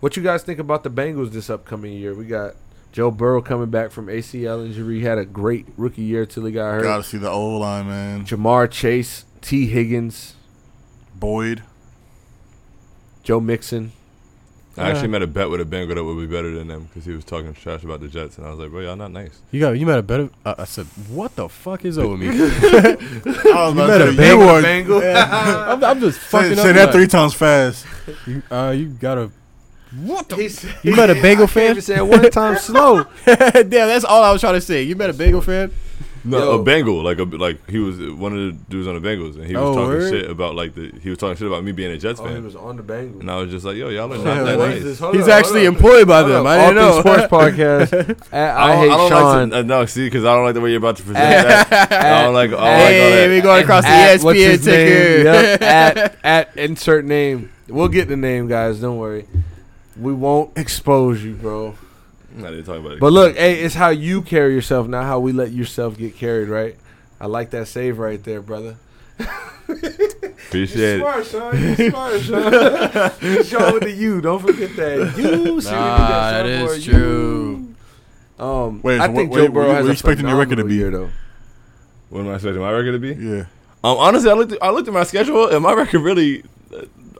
What you guys think about the Bengals this upcoming year? We got Joe Burrow coming back from ACL injury. He had a great rookie year till he got hurt.
Gotta see the O line, man.
Jamar Chase, T. Higgins,
Boyd.
Joe Mixon.
I actually made a bet with a Bengal that would be better than them because he was talking trash about the Jets, and I was like, bro, y'all not nice.
You got. You met a better. Uh, I said, what the fuck is over me?
*laughs*
I'm,
I was
better
about to say,
bang
you
with
are-
I'm just
Say,
fucking
say
up.
that three
like,
times fast.
You, uh, you got a. *laughs* What the?
He's,
You met a Bengal
he
fan?
said
*laughs*
one time slow.
Damn, that's all I was trying to say. You met a Bengal fan?
No,
Yo.
a Bengal, like a like he was one of the dudes on the Bengals, and he was
Oh,
talking
word?
shit about like the he was talking shit about me being a Jets
Oh, he
fan,
was on the Bengals.
and I was just like, yo, y'all are
Yeah,
not that
what
nice.
He's actually employed by them. I didn't know. *laughs*
All Things Sports *laughs* Podcast. At I, hate
don't Like
Sean.
to, *laughs* uh, no, see, because I don't like the way you're about to
*laughs*
present
At-
that.
*laughs*
I don't like.
oh,
I don't
hey, we
like all that.
going across the E
At- what's
ESPN
his
ticker.
name? Yep,
*laughs*
*laughs* at, at insert name. We'll get the name, guys. Don't worry. We won't expose you, bro.
I didn't talk about it.
But look, hey, it's how you carry yourself, not how we let yourself get carried, right? I like that save right there, brother.
appreciate it.
Sean. You're *laughs* smart, Sean. Sean with the U. Don't forget
*laughs*
that. You. See,
Nah, that is true.
Um,
Wait,
I
so
think
what-
Joe
wait,
Burrow
what-
has
what
a
you expecting your record to
phenomenal
be?
year, though.
What am I expecting my record to be?
Yeah.
Um, honestly, I looked. I looked at my schedule, and my *laughs* record really.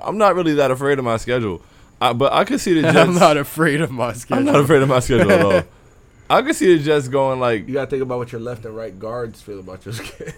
I'm not really that afraid of my schedule, I, but I could see the
*laughs*
Jets.
I'm not afraid of my schedule.
I'm not afraid of my schedule at
*laughs*
all. I could see the Jets going like.
You gotta think about what your left and right guards feel about your *laughs* schedule.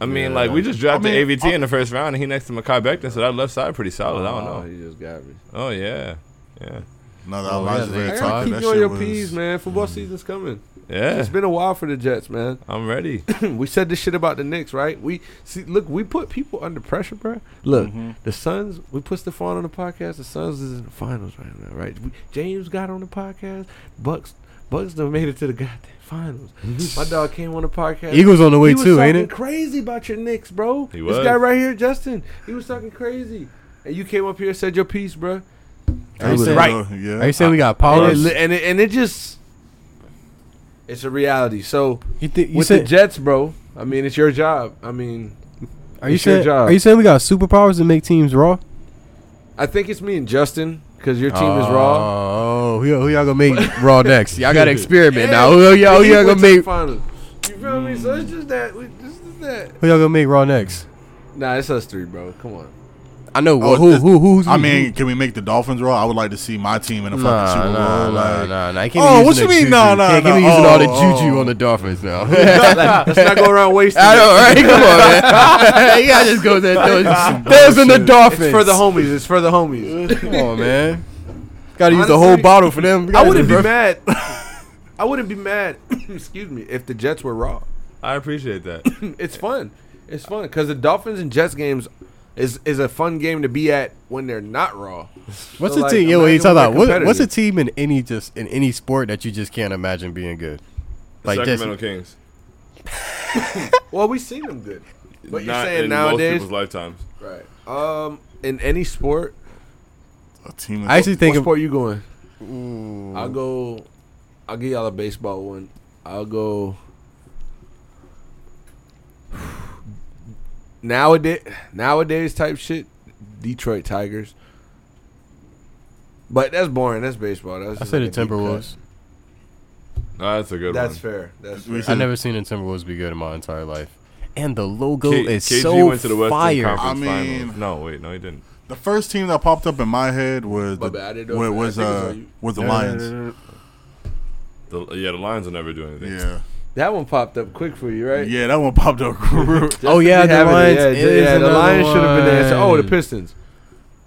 I mean,
Yeah.
like we just drafted
I mean,
AVT in the first round, and he next to Makai Becton, so that left side pretty
Oh,
solid. I don't know.
You just got me.
Oh yeah, yeah,
No, that
Oh, yeah,
Elijah
they-
Vera
I
I
gotta
Tucker,
gotta keep
that
you on
shit
your
was- Mm.
P's, man. Football season's coming.
yeah.
It's been a while for the Jets, man. *clears throat*
I'm ready.
we said this shit about the Knicks, right? We see, look, we put people under pressure, bro. Look,
Mhm.
the Suns. We put Stephon on the podcast. The Suns is in the finals right now, right? We, James got on the podcast. Bucks, Bucks done made it to the goddamn finals.
*laughs*
My dog came on the podcast.
Eagles on the way
he was
too,
talking
ain't it?
Crazy about your Knicks, bro.
He
This
was.
guy right here, Justin. He was talking crazy, and you came up here and said your piece, bro.
Are
That
you
was
saying,
right. Yeah.
Are you saying we got
And it,
powers?
li- and it, and it just, it's a reality. So
You think you
with the
said?
Jets, bro. I mean, it's your job. I mean,
Are you
it's your
saying?
job.
Are you saying we got superpowers to make teams raw?
I think it's me and Justin because your team is raw.
Oh, who, y'all- who y'all gonna *laughs* make raw next? Y'all gotta experiment now. Who y'all, who
We
y'all
went
gonna
to the
make?
finals. You feel me? So it's just that. We, this is that.
Who y'all gonna make raw next? *laughs*
Nah, it's us three, bro. Come on.
I know.
Oh,
Well, who,
this-
who, who's?
I mean, can we make the Dolphins roll? I would like to see my team in a fucking
Nah,
Super
nah, nah,
Bowl. like,
nah, nah. I can't
Oh,
be using
what you
the
mean?
Juju.
Nah, nah,
Can't, can't be
nah.
using all the
Oh,
juju
oh.
on the Dolphins *laughs* now. I
Let's not go around wasting. it.
know, right? Come on, man. *laughs* you gotta just go there. Throw, it- throw it in the Dolphins.
It's for the homies. It's for
*laughs*
the homies.
Come on, man. Gotta use the whole
Honestly,
bottle for them.
I
Gotta
wouldn't be
just-
mad. *laughs* I wouldn't be mad. *clears throat* excuse me. If the Jets were raw, *clears throat*
I appreciate that.
it's fun. It's fun because the Dolphins and Jets games is is a fun game to be at when they're not raw.
What's
So,
a
like,
team? Yo, wait,
imagine
talk
when
about
they're
what, what's a
competitive.
team in any just in any sport that you just can't imagine being good? Like just
Sacramento Kings.
Well, we've seen them good. But you're
Not
saying
in
nowadays,
most people's lifetimes.
right? Um, in any sport,
a team.
I actually think
what
of
sport you going?
Mm.
I'll go. I'll give y'all a baseball one. I'll go. *sighs* Nowadays, nowadays type shit, Detroit Tigers. But that's boring. That's baseball. That's
I
just
say the
like a deep
Timberwolves.
Nah, that's a
cut.
good
That's
one.
fair. That's
We
fair.
I've
should-
never seen the Timberwolves be good in my entire life. And the logo
K-
is
KG
so
went to the Western
fire.
Conference
I mean-
Finals. No, wait, no, he didn't.
the first team that popped up in my head was
My
the,
bad, I didn't know
was,
that. I
was,
think it was on you.
uh, was the
No, no, no,
Lions.
no, no, no.
The, yeah, the Lions will never do anything.
Yeah,
That one popped up quick for you, right?
yeah, that one popped up. *laughs*
Just
Oh,
to
yeah,
be
the
having it.
Lions
Yeah,
is
yeah, the
another
Lions should have been there. So, oh, the
one.
Pistons.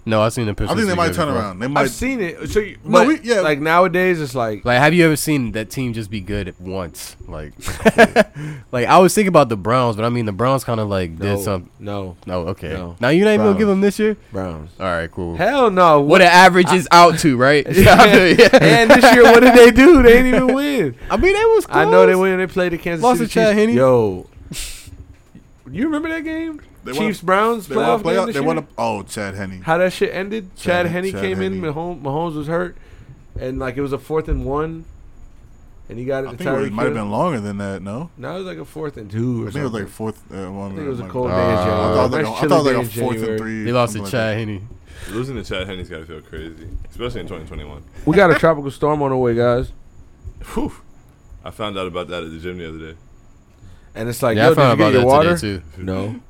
No, I've seen the Pistons.
I think they
be
might
good
turn
before.
around. They
I've
might.
seen it. So, you,
No,
but,
we- yeah.
like nowadays, it's like
Like, have you ever seen that team just be good at once? Like, *laughs* like I was thinking about the Browns, but I mean the Browns kind of like
no,
did some.
no
No, okay.
No.
Now you're not even gonna give
Browns.
them this year.
Browns.
All right, cool.
Hell no.
What the average is out to,
*laughs*
right?
and this year, what did they do? They didn't *laughs* even win.
I mean, it was.
I know they win. They played the Kansas
Lost
City
to Chad
Chiefs.
Henne.
Yo, *laughs* you remember that game?
They won a-
Chiefs Browns
They want
playoff
to play
game.
out.
this
They want
year?
to. Oh, Chad Henney.
How that shit ended? Chad,
Chad-
Henne
Chad
came in.
Henne.
Mahomes, Mahomes was hurt, and like it was a fourth and one, and he got
I
it to
think it
Tyreek.
might have
Hill.
been longer than that. No,
No, it was like a fourth and two or
I think it was
something.
like fourth. Uh, one
I think it was a
my-
cold
Uh,
day in
I
January.
I thought it was
Nice
like a- I
chilly
thought it
day
was
in
like a fourth
January.
and three.
They lost to
something like
Chad
that.
Henney.
Losing to Chad Henney's got to feel crazy, especially in 2021.
We got a tropical storm on the way, guys.
Whew. I found out about that at the gym the other day.
And it's like,
yeah,
yo,
I found
did you
out
get your
about that
water?
today too. *laughs*
*laughs*
No.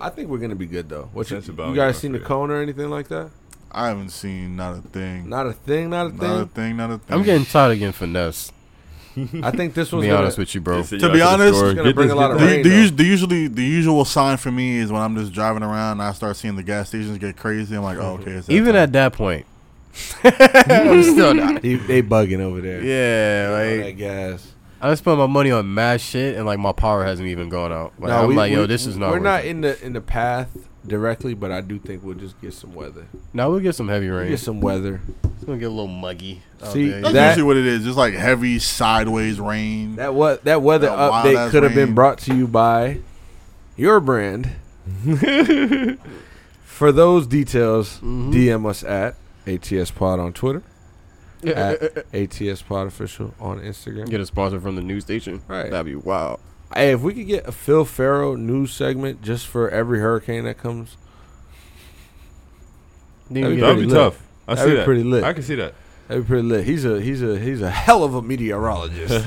I think we're gonna be good though. What you,
That's about
you guys
it.
seen the cone or anything like that?
I haven't seen not a thing.
Not a thing. Not a
Not a
thing.
thing. Not a thing.
Mm-hmm.
I'm getting tired of getting finesse.
I
*laughs*
think this
To
one's
be
gonna,
honest with you, bro.
They said,
To
yo, after
be
the
honest,
store,
it's
gonna
get
bring
this,
a lot
get
of
that.
The,
rain.
the,
though.
us- the usually the usual sign for me is when I'm just driving around and I start seeing the gas stations get crazy. I'm like, oh, okay. It's that
Even
time.
at that
*laughs*
point, I'm still not.
They, they bugging over there.
Yeah,
All that
like
gas.
I spent my money on mad shit, and like my power hasn't even gone out. Like
No,
I'm
we-
like, yo,
we-
this is not.
We're
worth
not
it.
in the in the path directly, but I do think we'll just get some weather.
Now we'll get some heavy
We'll
rain.
get some weather.
it's gonna get a little muggy. out
See,
there.
That's
That-
usually what it is. Just like heavy sideways rain.
That what that weather
That wild
update
ass
could have been
rain.
brought to you by your
*laughs*
brand. For those details,
Mhm.
DM us at ATS Pod on Twitter,
*laughs*
at ATS Pod Official on Instagram.
*laughs* get a sponsor from the news station.
Right.
That'd be wild.
Hey, if we could get a Phil Farrow news segment just for every hurricane that comes,
Then you
That'd be
get
That would
a-
be
lit.
tough. I
That'd
see
be
that.
pretty lit.
I can see that.
that'd be pretty lit. He's a he's a he's a hell of a meteorologist.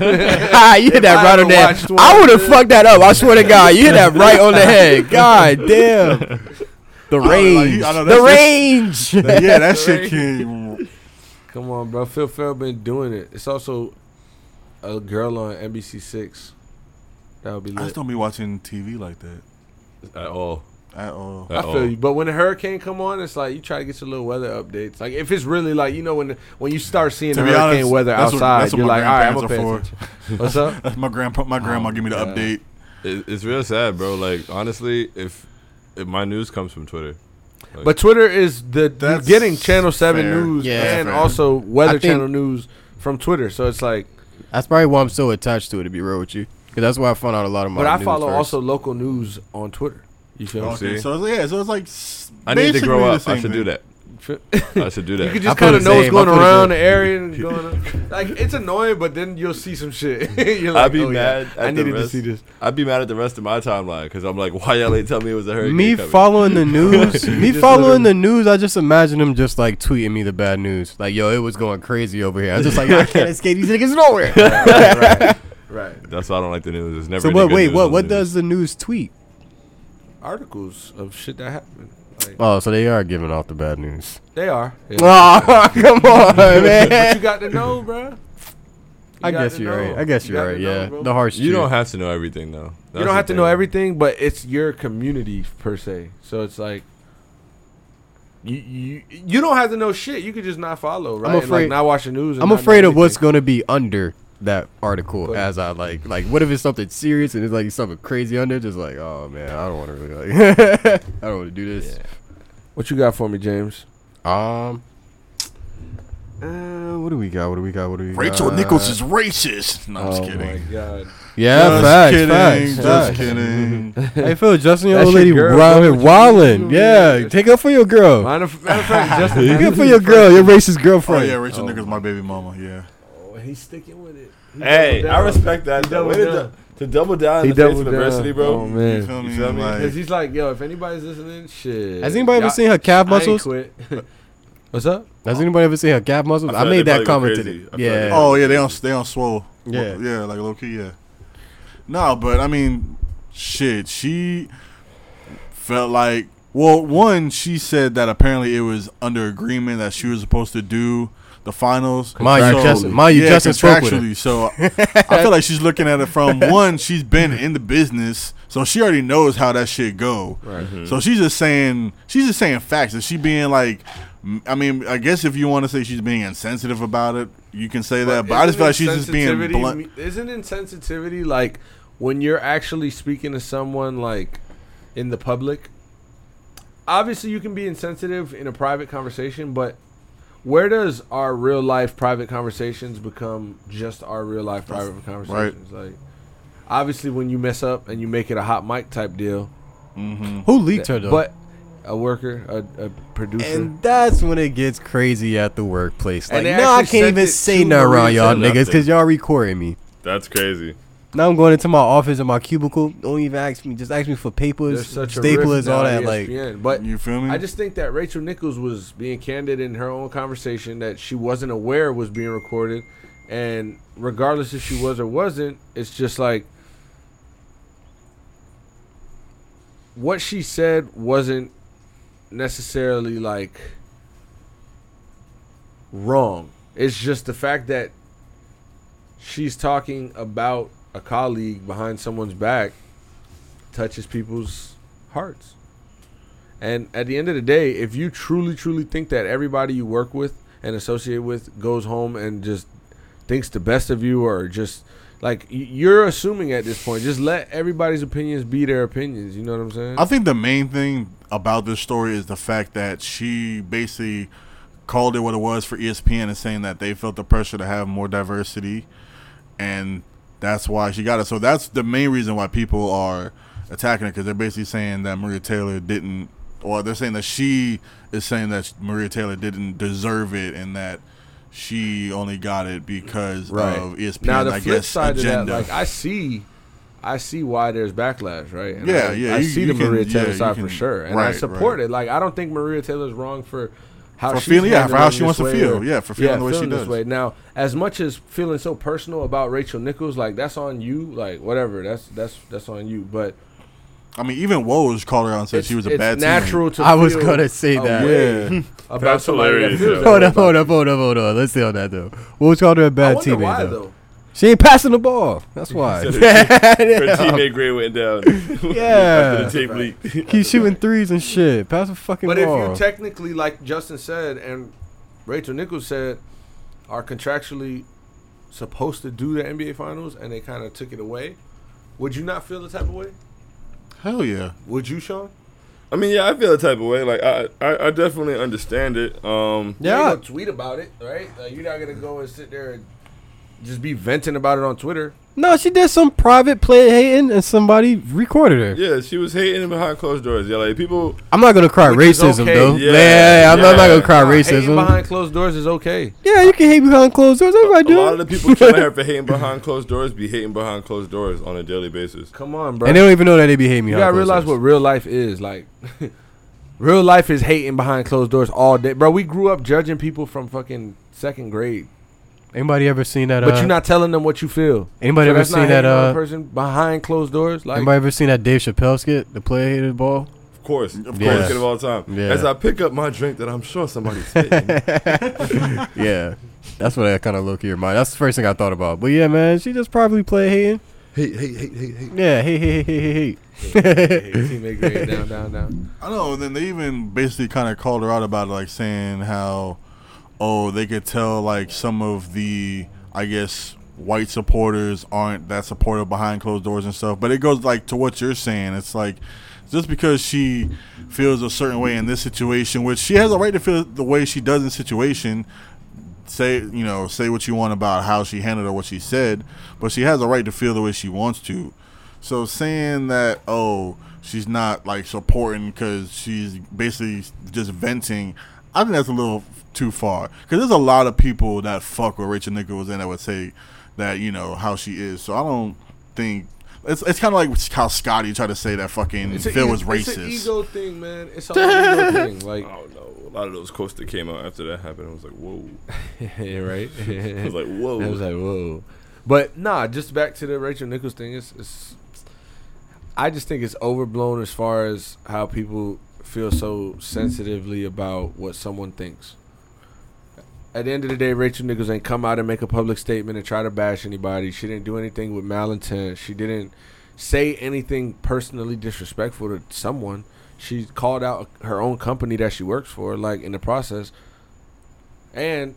*laughs* Ah, you hit
If I
that right
ever
on the head.
watched one-
I would have fucked that up. I
*laughs*
swear to God, you hit that right on the head. God *laughs* damn. The
I know, like,
range.
I know,
the *laughs*
that's-
range.
yeah, that shit can.
Come on, bro. Phil Farrow been doing it. It's also a girl on NBC Six. That would be
I
lit.
just don't be watching TV like that
At all.
at all.
At
I
all.
feel you. But when a hurricane come on, it's like you try to get your little weather updates. Like if it's really like you know when when you start seeing
To
the
be
hurricane
honest,
weather
that's what-
outside,
that's what
you're
my
like, all right, I'm gonna pay
grandparents
attention. What's up?
Uh,
That's *laughs* my grandpa. My grandma
Oh,
give me the
God.
update.
It, it's real sad, bro. Like, honestly, if if my news comes from Twitter,
But Twitter is the you're
That's
getting Channel Seven
fair.
news
Yeah.
and
Fair.
also Weather
think-
Channel news from Twitter. So it's like,
That's probably why I'm so attached to it. To be real with you, because that's why I found out a lot of my.
but I
news
follow
first.
also local news on Twitter. You feel
*laughs*
me?
Okay,
see?
so yeah, so it's like. s-
I need to
basically
grow
the
up. I
same
should do
thing.
that. I should do that.
*laughs* You can
I
just
feel
kind
the
of know what's
same. I
going
feel the
around the
same.
area
*laughs*
and going on. Like it's annoying, but then you'll see some shit. *laughs* You're
I'd
like,
be
"Oh, yeah,
mad at
I
the
needed to
rest-
see this.
I'd be mad at the rest of my timeline because I'm like, why y'all ain't tell me it was a hurricane?
Me
coming?
following
*laughs*
the news, me
Just
following the news, I just imagine them just like tweeting me the bad news. Like, yo, it was going crazy over here. I'm just like,
*laughs*
I can't escape these niggas nowhere.
right, right, right.
That's why I don't like the news. It's never.
so
any
what?
good
Wait,
news
what?
on
What
the news.
does the news tweet?
articles of shit that happened. Like,
Oh, so they are giving out the bad news.
they are. Yeah.
*laughs* Oh, *laughs* come on,
But
*laughs*
you
man.
got to know, bro. You
I
got
guess
to
you're
know.
right. I guess
You
you're
got to
right.
know,
Yeah,
bro.
the harsh.
You
truth.
don't have to know everything though.
you don't have to know everything, but it's your community per se. So it's like you you you don't have to know shit. You could just not follow, right? And,
afraid-
like not watch the news. and
I'm
not know
afraid of
anything.
what's going to be under that article
Go ahead.
as I
*laughs*
like like what if it's something serious and it's like something crazy under just like oh man I don't want to really like *laughs* I don't want to do this
What you got for me, James?
um uh, what do we got what do we got what do we
Rachel
got?
Nichols is racist. No, I'm
Oh
just
*laughs* my
kidding.
god!
yeah
just
facts,
kidding.
facts,
just
facts. *laughs*
kidding.
hey Phil Justin your
That's
old
your
lady
girl,
Robin
bro. What you
Wallin
do?
yeah
Yeah.
take up for your girl
Matter of matter of
*laughs*
fact, Justin,
take up
*laughs*
Matthews
for
is
your
the
girl
first-
your racist
oh
girlfriend
yeah, Rachel Nichols my baby mama. Yeah.
Oh, he's sticking with it. He
Hey,
doubled
I
down.
respect that.
He
though. Way
doubled
to,
down.
du- to double down
He
in the face of
doubled
diversity,
down.
bro.
Oh,
You
man.
feel me?
You feel me?
Because
Like,
he's like, yo, if anybody's listening, shit.
has anybody ever
y'all-
seen her calf
I ain't
muscles
quit. *laughs* What's up?
has anybody ever seen her calf muscles
I
I
feel like
made
they
that
probably
comment
go
today
crazy. I feel like
yeah
they-
oh yeah, they on they on swole.
Yeah.
yeah, like low key. Yeah. No, but I mean, shit. She felt like well, one, she said that apparently it was under agreement that she was supposed to do the finals.
Mind you,
So-
Justin. Mind you,
yeah,
Justin spoke with her.
contractually. So I feel like she's looking at
*laughs*
it from one. She's been in the business, so she already knows how that shit go.
Right.
So she's just saying she's just saying facts. Is she being like? m- I mean, I guess if you want to say she's being insensitive about it, you can say that. But, I just feel like she's just being
Insensitivity
blunt.
me- Isn't insensitivity like when you're actually speaking to someone like in the public? Obviously, you can be insensitive in a private conversation, but where does our real life private conversations become just our real life private conversations? Like, obviously, when you mess up and you make it a hot mic type deal,
Who leaked her though?
but a worker, a, a producer,
and that's when it gets crazy at the workplace. Like,
And they
no, I
actually
can't
sent
even
it
say
to
nothing around
Maria
y'all
Taylor.
niggas because y'all recording me.
That's *laughs* crazy.
Now I'm going into my office and my cubicle. Don't even ask me. Just ask me for
there's
papers,
such a
staplers,
rift now
all
at E
that. Like,
ESPN, but
You feel me?
I just think that Rachel Nichols was being candid in her own conversation that she wasn't aware was being recorded, and regardless if she was or wasn't, it's just like what she said wasn't necessarily like wrong. It's just the fact that she's talking about a colleague behind someone's back touches people's hearts. And at the end of the day, if you truly, truly think that everybody you work with and associate with goes home and just thinks the best of you, or just like y- you're assuming at this point, just let everybody's opinions be their opinions. You know what I'm saying?
I think the main thing about this story is the fact that she basically called it what it was for E ESPN and saying that they felt the pressure to have more diversity and that's why she got it. So that's the main reason why people are attacking her because they're basically saying that Maria Taylor didn't or they're saying that she is saying that Maria Taylor didn't deserve it and that she only got it because
Right.
of E ESPN
now the
I
flip
guess
side of
agenda.
that, like I see, I see why there's backlash, right? And
Yeah,
I,
yeah,
I
you-
see
you
the
can-
Maria Taylor
yeah, you
side
can-
for sure, and I
right,
support
right.
it. Like I don't think Maria Taylor's wrong for how
For
she's
feeling- yeah, for how
handling
she wants
this
to
way
feel.
or-
Yeah, for feeling the way she
feeling this
does.
way. Now, as much as feeling so personal about Rachel Nichols, like that's on you. Like whatever, that's that's that's on you. But
I mean, even Woj called her out and said
it's-
she was a
it's
bad
natural to.
I was
feel
gonna say
a
that.
way
Yeah.
about
That's
somebody that
hilarious,
feels
though.
that
Hold
way
up,
about
hold up, hold up, hold up. Let's stay on that though. What was called her a
I
bad
wonder
teammate
why
though?
though.
She ain't passing the ball. That's why. *laughs*
Her teammate grade went down.
Yeah.
*laughs* After the tape leak.
Keep shooting threes and shit. Pass the fucking
But if
ball.
you technically, like Justin said and Rachel Nichols said, are contractually supposed to do the NBA Finals and they kind of took it away, would you not feel the type of way?
Hell yeah.
Would you, Sean?
I mean, yeah, I feel the type of way. Like, I, I, I definitely understand it. Um,
You ain't
yeah,
gonna tweet about it, right? Like, you're not gonna go and sit there and just be venting about it on Twitter.
No, she did some private play hating, and somebody recorded her.
yeah, she was hating him behind closed doors. Yeah, like people.
I'm not gonna cry
Which is
racism
okay.
though. Yeah,
Yeah,
yeah, yeah, I'm, not- I'm not
yeah.
gonna cry
Nah, hating
racism.
behind closed doors is okay.
yeah, you can hate behind closed doors. Everybody
A
do.
lot of the people killing
*laughs*
her for hating behind closed doors be hating behind closed doors on a daily basis.
Come on, bro.
and they don't even know that they be hating me.
You gotta realize what real life is like. *laughs* real life is hating behind closed doors all day, bro. We grew up judging people from fucking second grade,
Anybody ever seen that?
but
uh,
you're not telling them what you feel.
Anybody
So
ever
that's not
seen that?
hating on a
Uh,
person behind closed doors, like *laughs*
anybody ever seen that Dave Chappelle skit, the play hated ball? *laughs*
of
of course, of
Yeah.
course, kid of all time.
Yeah.
As I pick up my drink that I'm sure somebody's
*laughs*
spitting.
yeah, that's what I kind of look your mind. That's the first thing I thought about. But yeah, man, she just probably played hating.
hey, hey, hey, hey,
*laughs*
hey.
Yeah, hey, hey, hey, hey, hey,
Teammate grade down, down, down.
I know. And then they even basically kind of called her out about it, like saying how, oh, they could tell like some of the, I guess, white supporters aren't that supportive behind closed doors and stuff. But it goes like to what you're saying. It's like just because she feels a certain way in this situation, which she has a right to feel the way she does in the situation. Say you know say what you want about how she handled or what she said, but she has a right to feel the way she wants to. So saying that, oh, she's not like supporting because she's basically just venting, I think that's a little too far. Because there's a lot of people that fuck with Rachel Nichols and that would say that you know how she is. So I don't think it's it's kind of like how Scotty tried to say that fucking
It's a
Phil
e-
was
It's an
racist.
ego thing, man. It's an
*laughs*
ego thing.
I
Like, *laughs*
don't know. A lot of those quotes that came out after that happened, I was like, whoa.
yeah, right? *laughs*
I was like, whoa.
I was like, whoa. But nah, just back to the Rachel Nichols thing. It's, it's I just think it's overblown as far as how people feel so sensitively about what someone thinks. At the end of the day, Rachel Nichols ain't come out and make a public statement and try to bash anybody. She didn't do anything with malintent. She didn't say anything personally disrespectful to someone. She called out her own company that she works for, like in the process, and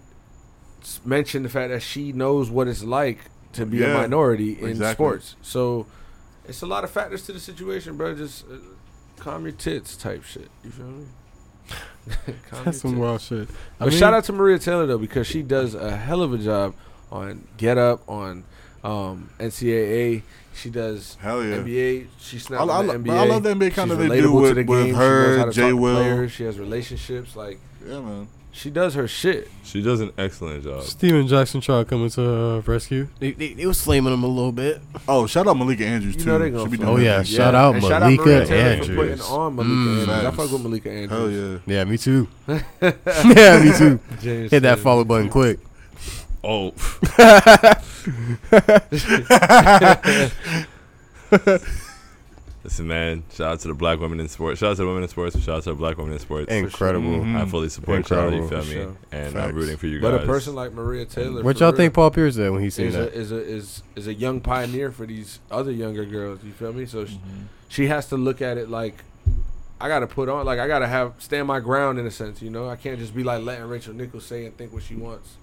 s- mentioned the fact that she knows what it's like to be a
Yeah,
minority in
exactly.
sports. So it's a lot of factors to the situation, bro. Just uh, calm your tits, type shit. You feel me? *laughs* Calm
*laughs*
your
That's some
tits.
wild shit. I
But
mean,
shout out to Maria Taylor though because she does a hell of a job on Get Up on um, NCAA. She does
Hell yeah.
NBA. She
I,
snapped
I,
on
lo-
the
but
NBA.
I love the NBA kind
She's
of they do
relatable to
with,
the game. She
with
knows how
her,
to
Jay
talk to
Will.
players. She has relationships. Like
Yeah, man.
she does her shit.
she does an excellent job.
Steven Jackson tried to come to her rescue. They, they, they was slamming him a little bit.
Oh, shout out Malika Andrews
You
too.
know they gonna
She be
fuck
doing
Oh,
that
yeah.
thing.
Shout out
And
Malika
Taylor for putting
Andrews.
on Malika
Mm.
Andrews. I
Facts.
fuck with Malika Andrews.
Hell yeah.
Yeah, me *laughs* too. yeah, me too. Hit
James
that
Taylor.
follow button quick.
Oh, listen, man. Shout out to the black women in sports. Shout out to the women in sports. Shout out to the black women in sports.
Incredible.
Mhm.
I fully support y'all. You
Incredible.
feel
Mm. For
me?
sure.
And
Facts.
I'm rooting for you guys.
But a person like Maria Taylor.
What
for
y'all
real,
think Paul Pierce did when he seen
is a,
that?
is a is is a young pioneer for these other younger girls. You feel me? So sh-
Mm-hmm.
she has to look at it like I got to put on, like I got to have stand my ground in a sense. You know, I can't just be like letting Rachel Nichols say and think what she wants.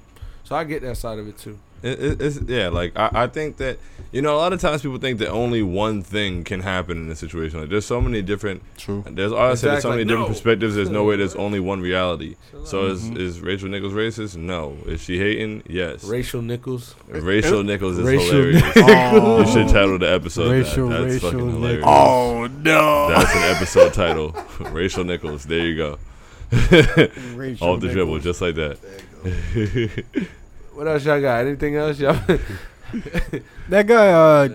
So I get that side of it too.
It, it, it's yeah, like I, I think that you know a lot of times people think that only one thing can happen in this situation. Like there's so many different.
True.
There's honestly there's so
Exactly.
many different
No.
perspectives. There's no way there's only one reality.
Chill
So is
Mhm.
is Rachel Nichols racist? No. Is she hating? Yes.
Rachel Nichols,
Rachel Nichols is
Rachel
hilarious. *laughs*
Oh.
You should title the episode
Rachel-
that. That's
Rachel
fucking hilarious.
Nichols.
Oh
*laughs*
no.
That's an episode title. *laughs* Rachel Nichols. There you go. *laughs* Off the dribble, just like that.
what else y'all got? Anything else y'all? *laughs*
That guy, uh,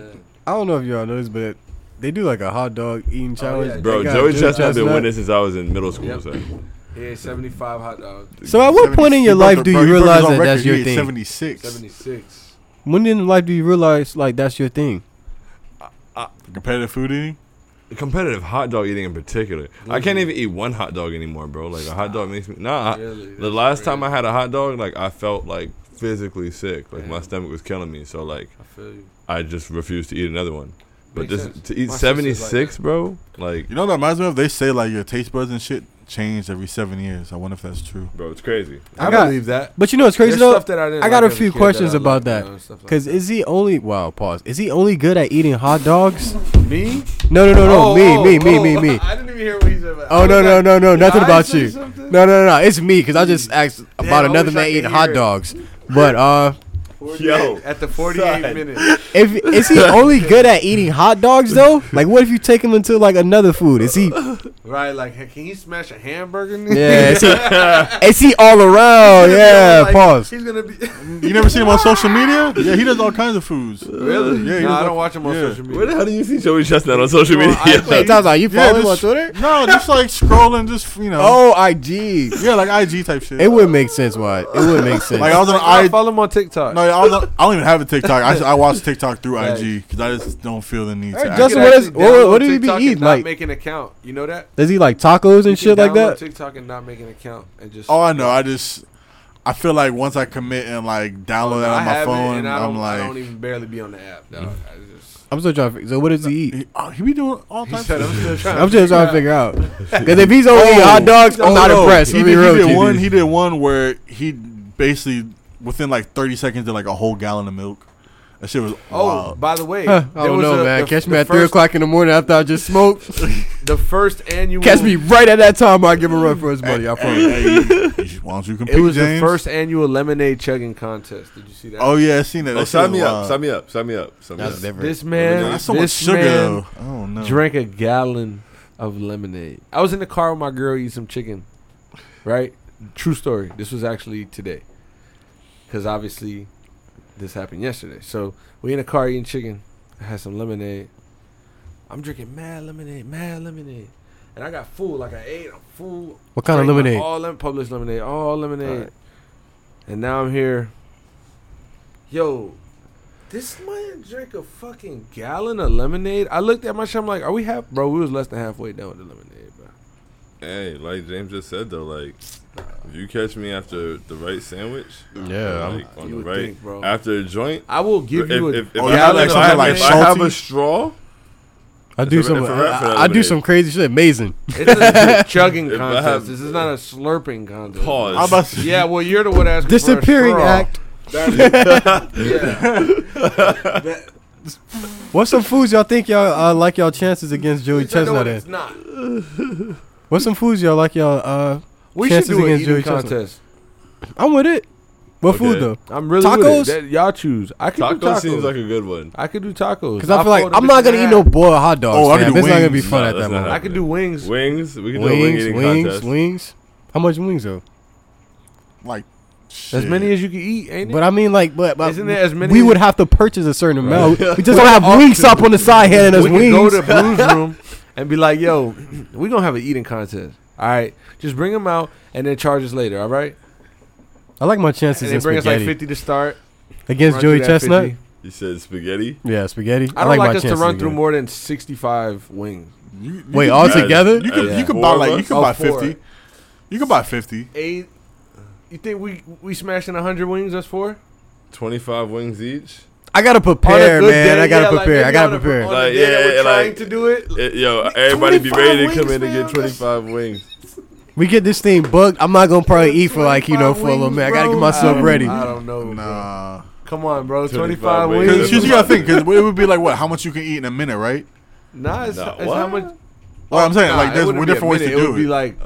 I don't know if y'all know this, but they do like a hot dog eating challenge.
yeah.
That
*laughs* Bro,
guy,
Joey Chestnut's been
Chestnut.
winning since I was in middle school.
Yep.
So.
he ate seventy five hot dogs,
So at what point in your life do you realize that that's your thing?
Seventy six.
seventy six.
When in life do you realize like that's your thing?
Competitive food eating.
competitive hot dog eating in particular. I can't even eat one hot dog anymore, bro. Like a hot dog makes me nah. I-
Really?
Uh, the
That's
last
crazy.
time I had a hot dog, like I felt like physically sick. Like my
Damn.
stomach was killing me. So like
I feel you.
I just refused to eat another one. But
Makes
this
sense.
to eat
My sister's like
seventy six, bro. Like
You know what that reminds me of? They say like your taste buds and shit change every seven years. I wonder if that's true.
bro, it's crazy.
I,
got-
believe that.
But you know it's crazy
There's
though.
stuff that didn't
I got
like
a
as
few
kid I
questions about
liked, you
that.
know, and stuff like
Cause
that.
is he only wow pause? Is he only good at eating hot dogs?
me.
No no no no
Oh,
me
oh,
me me
oh,
me me.
*laughs* I didn't even hear what he said. but I
Oh
was
no no
like,
no no
did
nothing
I
about
say
you. No
something?
no no no it's me because I just asked about
I
another
wish I
man
could
eating
hear
hot
it.
dogs. But uh,
Yo,
At the 48
Son.
minutes.
if is he only good at eating hot dogs though? Like what if you take him into like another food? Is he
Right, like, hey, can you smash a hamburger? in
Yeah,
*laughs* there?
is he, is he all around?
*laughs* He's gonna be
Yeah,
like-
pause.
He's gonna be. *laughs*
You never seen him on social media? Yeah, he does all kinds
*laughs*
of foods.
really?
Yeah, he
nah, I
does all-
don't watch him on
yeah.
social media.
where the hell do you see Joey Chestnut on social
Well,
media? *laughs*
I play-
Sometimes like you
Yeah,
follow him on
just-
Twitter?
No,
*laughs*
just like scrolling, just you know.
Oh, IG.
yeah, like IG type shit.
It would make sense why. It would make sense.
like I was on
I
IG.
follow him on TikTok.
No, sorry, I don't, know- I don't even have a TikTok. I, I watch TikTok through IG because I just don't feel the need
All
to.
right,
act-
Justin, what is- what- what do you be eating,
Like
like-
make an account. You know that?
Does he like tacos and
You
shit
can
like that?
download TikTok and not make an account and just.
oh, I know. I just I feel like once I commit and like download that
Oh, I
on my
have it,
phone,
and I don't,
I'm
I don't
like,
even barely be on the app.
Mm.
Dog. I just,
I'm still trying. To, fig- so what does he eat?
he, oh, he be doing all
he
types
said,
of
I'm still trying.
*laughs* I'm just trying to figure out. Because if he's only eating
Oh.
hot dogs, I'm not
no.
*laughs*
impressed.
He
Let
did,
me
he
real
did
with you,
one.
dude.
He did one where he basically within like 30 seconds did like a whole gallon of milk. That shit was
Oh,
wild.
by the way,
Huh, I
there
don't
was
know,
a-
man.
the-
Catch me
the
at three
first-
o'clock in the morning after I just smoked.
The first annual.
Catch me right at that time. I give him a run for his money. I
*laughs*
promise.
Hey, hey, you- you-
*laughs*
why don't you compete,
It was
James?
the first annual lemonade chugging contest. Did you see that?
Oh yeah, I seen that.
Oh,
That
sign
shit was
me up.
wild.
Sign me up. Sign me up. Sign me
That's
up.
different.
this man,
That's so much
this
sugar
man
though. I don't know.
drank a gallon of lemonade. I was in the car with my girl eating some chicken. Right? True story. This was actually today. Cause obviously this happened yesterday. So we in the car eating chicken. I had some lemonade. I'm drinking mad lemonade, mad lemonade. And I got full, like I ate, I'm full.
What kind of
Drank my
lemonade?
All lemon, Publix lemonade, all lemonade.
Alright.
And now I'm here. Yo, this man drank a fucking gallon of lemonade. I looked at my shit. I'm like, are we half? Bro, we was less than halfway down with the lemonade, bro.
Hey, like James just said though, like if you catch me after the right sandwich,
Yeah, I'm-
like, on
You
the
would
right
think, bro.
after a joint.
I will give you
if,
a
if, if
Oh,
I,
yeah,
have,
like
if I
something
have-
like
if I have a
salty?
straw,
I do
If I-
some.
if I rap for
I,
that
I do
lemonade.
some crazy shit. Amazing.
*laughs*
It's a chugging
If I
contest.
have-
this is not a slurping contest.
Pause.
I'm about to,
Yeah, well, you're the one asking
Disappearing
for a straw.
act. *laughs*
*laughs* Yeah.
What's some foods y'all think y'all uh, like y'all chances against Joey
It's not- no,
Chestnut
it's
in?
not.
What's some foods y'all like y'all? Uh,
We
chances
should do an
against
eating
Joey Chestnut?
contest.
I'm with it. What
Okay.
food though?
I'm really
Tacos?
With it. That, y'all choose. I could do
taco
tacos.
seems like a good one.
I could do tacos.
Because I feel like
fold a
I'm
bitch
not
in
gonna eat
half.
no boiled hot dogs.
Oh, I
Oh,
can
fam.
do
It's not gonna be
wings.
fun
No,
at
that's
that
not
moment.
I could do wings.
Wings, we can do a wing
Wings,
eating
wings,
contest.
wings. How much wings though?
like shit.
As many as you can eat, ain't it?
But I mean, like, but, but
Isn't there as many-
we would have to purchase a certain
*laughs*
amount. We just don't have
Well,
wings up on the side handing us
we could go
wings.
to Blue's
*laughs*
room and be like, "Yo, we gonna have an eating contest. All right, just bring them out and then charge us later. All right,
I like my
and
chances
they
in
bring us like
spaghetti
fifty to start
against
Run through
Joey
that
Chestnut.
50.
You said spaghetti.
Yeah, spaghetti.
I don't like,
my
us to
chances
run through
against-
more than sixty-five wings.
You- you
Wait,
could-
all
you-
together?
You could
Yeah.
you could buy
Four of
like you
us?
could
Oh,
buy
four.
fifty. You could buy fifty.
Eight. You think we we smashing hundred wings? That's four.
Twenty five wings each.
I gotta prepare,
On a good
man.
day,
I
yeah,
gotta
like,
prepare. I
maybe on
gotta
a-
prepare.
On the
Like,
day that
yeah,
we're
yeah,
trying
like-
to do it.
Eh, yo, everybody be
25
ready to come
wings,
in and
man.
get twenty five wings.
We get this thing booked. I'm not gonna probably eat for like you know for a little bit. I gotta get
I
myself
don't-
ready.
I don't know. bro.
Nah,
Come on, bro.
25
Twenty-five
wings.
wings.
because you gotta think because it would be like what? How much you can eat in a
*laughs*
minute, right?
Nah, it's,
Nah,
it's how
what?
much.
Well, I'm saying
Nah,
like
it
there's
wouldn't be a
different ways to
minute. It
do
would be
it.
like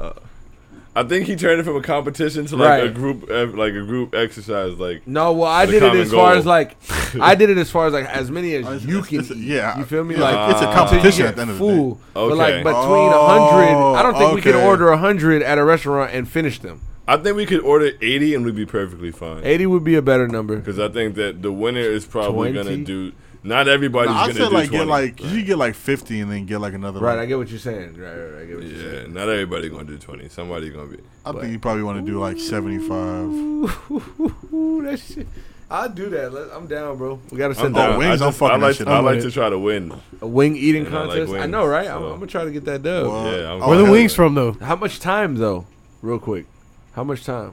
I think he turned it from a competition to like a
Right.
group, eh, like a group exercise. Like
No, well, I
The
did it
common
as far
goal.
as like, I did it as far as like as many
Oh,
as
it's-
you
it's-
can.
it's-
eat.
yeah,
you feel me?
yeah,
Like
it's a
uh,
competition at the end
full,
of the day.
but like
Okay.
between a
Oh,
hundred, I don't think we could
okay.
order a hundred at a restaurant and finish them.
I think we could order eighty and we'd be perfectly fine.
Eighty would be a better number.
Because I think that the winner is probably
20?
gonna do. Not everybody's
Nah, I
gonna
said
do
like
twenty.
get like you should get like fifty and then get like another.
Right, I
like-
get what you're saying. Right, right, right, I get what you're
yeah,
saying.
not everybody gonna do twenty. Somebody gonna be.
I think you probably want to do like seventy five.
Ooh, *laughs* that shit. I'll do that. Let- I'm down, bro. We gotta set
I'm
that
down.
down.
wings,
Oh, I,
I'm
just,
fucking
I
that
like
shit
to, I
up.
like to try to win.
a wing eating
Yeah, I like
contest. I
wings,
know, right? I'm,
so-
I'm gonna try to get that dub.
Well,
yeah, I'm
Oh,
Where the
okay.
wings from though?
How much time though? Real quick. How much time?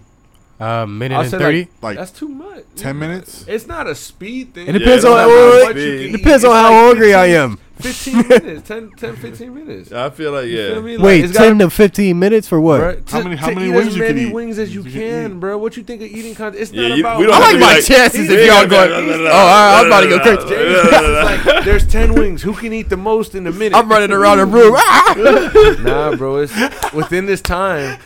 A minute
Uh, I'll
and
say,
thirty.
Like
That's too much.
ten minutes. *laughs*
It's not a speed thing.
It depends
Yeah,
on
that's
wait,
not
wait,
much you
wait.
can eat.
depends on
It's
how
like
hungry I am.
15 minutes, 10, 10 15 minutes.
I feel like
You feel
yeah.
me? Like,
Wait,
it's gotta-
ten to fifteen minutes for what?
bruh,
How
to-
many- how
to
many
eat
wings
as
you can
many
eat?
wings as you
You can
can,
eat.
bro. What you think of eating contest? It's
Yeah,
not
you-
about.
we don't
I
have
like
to be
my chances
Yeah,
if y'all
yeah,
going.
yeah,
Oh,
yeah, yeah,
I'm about to go
yeah,
crazy.
yeah,
James
*laughs*
yeah, yeah.
is like, there's ten wings. Who can eat the most in a minute?
I'm running around the
*laughs*
room. Ah!
Nah, bro. It's within this time.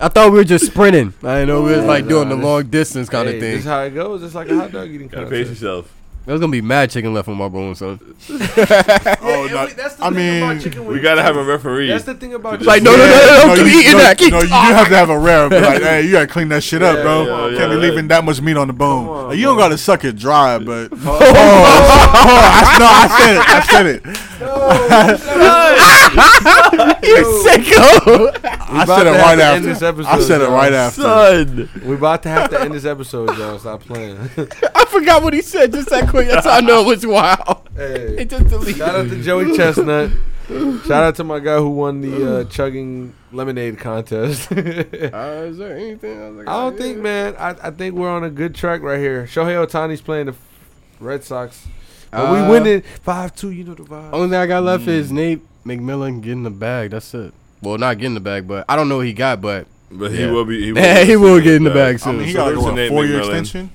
I thought we were just sprinting. I didn't know we was like
nah,
doing the
this-
long distance kind
Hey,
of
This
thing.
is how it goes. It's like a hot dog eating
Gotta pace
contest.
yourself.
There's gonna be mad chicken left on my bone, *laughs* son.
and
Oh, no,
we- that's the
I
thing about
mean.
chicken
We
wings.
gotta have a referee.
That's the thing about
Like, no,
chicken
no, no,
wings.
no, no,
you-
keep eating that. Keep.
no, you do have to have a rare.
*laughs*
Be like, hey, you gotta clean that shit up,
Yeah,
bro.
yeah, yeah,
Can't be
yeah.
leaving that much meat on the bone.
Come on,
Like, you don't
bro.
gotta suck it
*laughs*
dry, but *laughs* oh, I, no, I said it. I said it.
No, shut up.
You're sicko.
I
about
said it
to have
right
to end this
after. I
episode,
said it
y'all.
right after.
Son.
We're about to have to end this episode, y'all. Stop playing.
I forgot what he said just that quick. That's how I know it was wild.
*laughs*
*laughs*
hey,
It just deleted.
shout *laughs* out to Joey Chestnut. Shout out to my guy who won the uh, chugging lemonade contest. *laughs* I
Uh, is there anything? I, was like,
don't think, man. I, I think we're on a good track right here. Shohei Otani's playing the Red Sox. But
Uh,
we winning 5 2. You know the vibe.
oh,
Only thing I got left is Nate McMillan getting the bag. That's it. Well, not getting the bag, but I don't know what he got, but
But he
Yeah.
will be. He
*laughs*
will,
Yeah,
be
he will
soon
get in the bag
I
soon.
mean, he
So
got like
there's
what,
a
a
Nate
four-year
McMillan.
extension.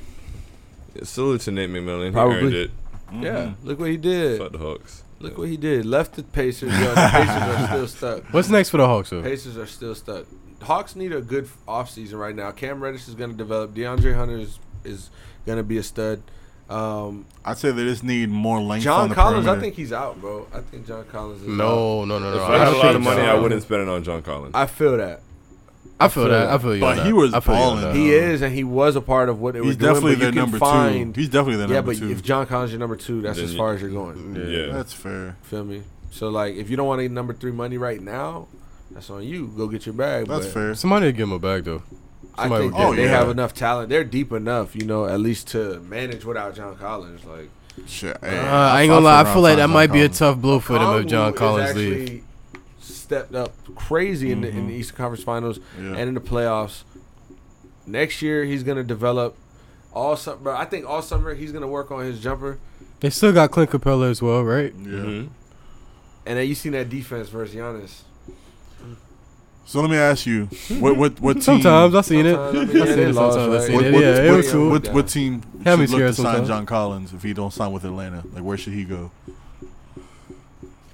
Salute to Nate McMillan. He
Probably.
earned it.
Yeah,
mm-hmm.
look what he did.
Fuck the Hawks.
Look what he did. Left the Pacers. Yo, the Pacers
*laughs*
are still stuck.
What's next for the Hawks? Though?
Pacers are still stuck. Hawks need a good offseason right now. Cam Reddish is going to develop. DeAndre Hunter is, is going to be a stud. Um,
I'd say they just need more length.
John
on the
Collins, I
perimeter.
think he's out, bro. I think John Collins is out.
No, no, no, no.
If
no.
I had a lot of
appreciate
money,
you.
I wouldn't spend it on John Collins.
I feel that.
I feel that. I feel you. on
But
that.
he was
I feel you on
balling.
that.
He
Uh,
is, and he was a part of what it was
he's
doing.
definitely
but you
their
can
number
find,
two. He's definitely their
Yeah,
number
but
two.
if John Collins is your number two, that's
Then
as
you-
far as you're going.
yeah.
That's fair.
Feel me? So, like, if you don't want any number three money right now, that's on you. Go get your bag.
That's
but-
fair.
Somebody would give him a bag though.
I
Somebody
think
will
that
get
it.
they
Oh, yeah.
have enough talent. They're deep enough, you know, at least to manage without John Collins. Like
Shit,
Uh,
hey,
I ain't gonna lie. I feel like that
John
might be a
Collins.
tough blow for them if
Kalu
John
is
Collins
actually
leaves.
Stepped up crazy in, the, in the Eastern Conference Finals
Mm-hmm. Yeah.
and in the playoffs. Next year, he's gonna develop all summer. I think all summer he's gonna work on his jumper.
They still got Clint Capella as well, right?
Yeah.
Mhm.
And then you seen that defense versus Giannis.
So let me ask you, what what what team?
*laughs* Sometimes I seen it.
Sometimes, I mean, yeah,
I seen
they
it
lost,
sometimes. I
right?
seen
What,
it.
what,
Yeah, it
what,
was cool.
What, what team
Had me
should look
scared
to sign
sometimes.
John Collins if he don't sign with Atlanta? Like, where should he go?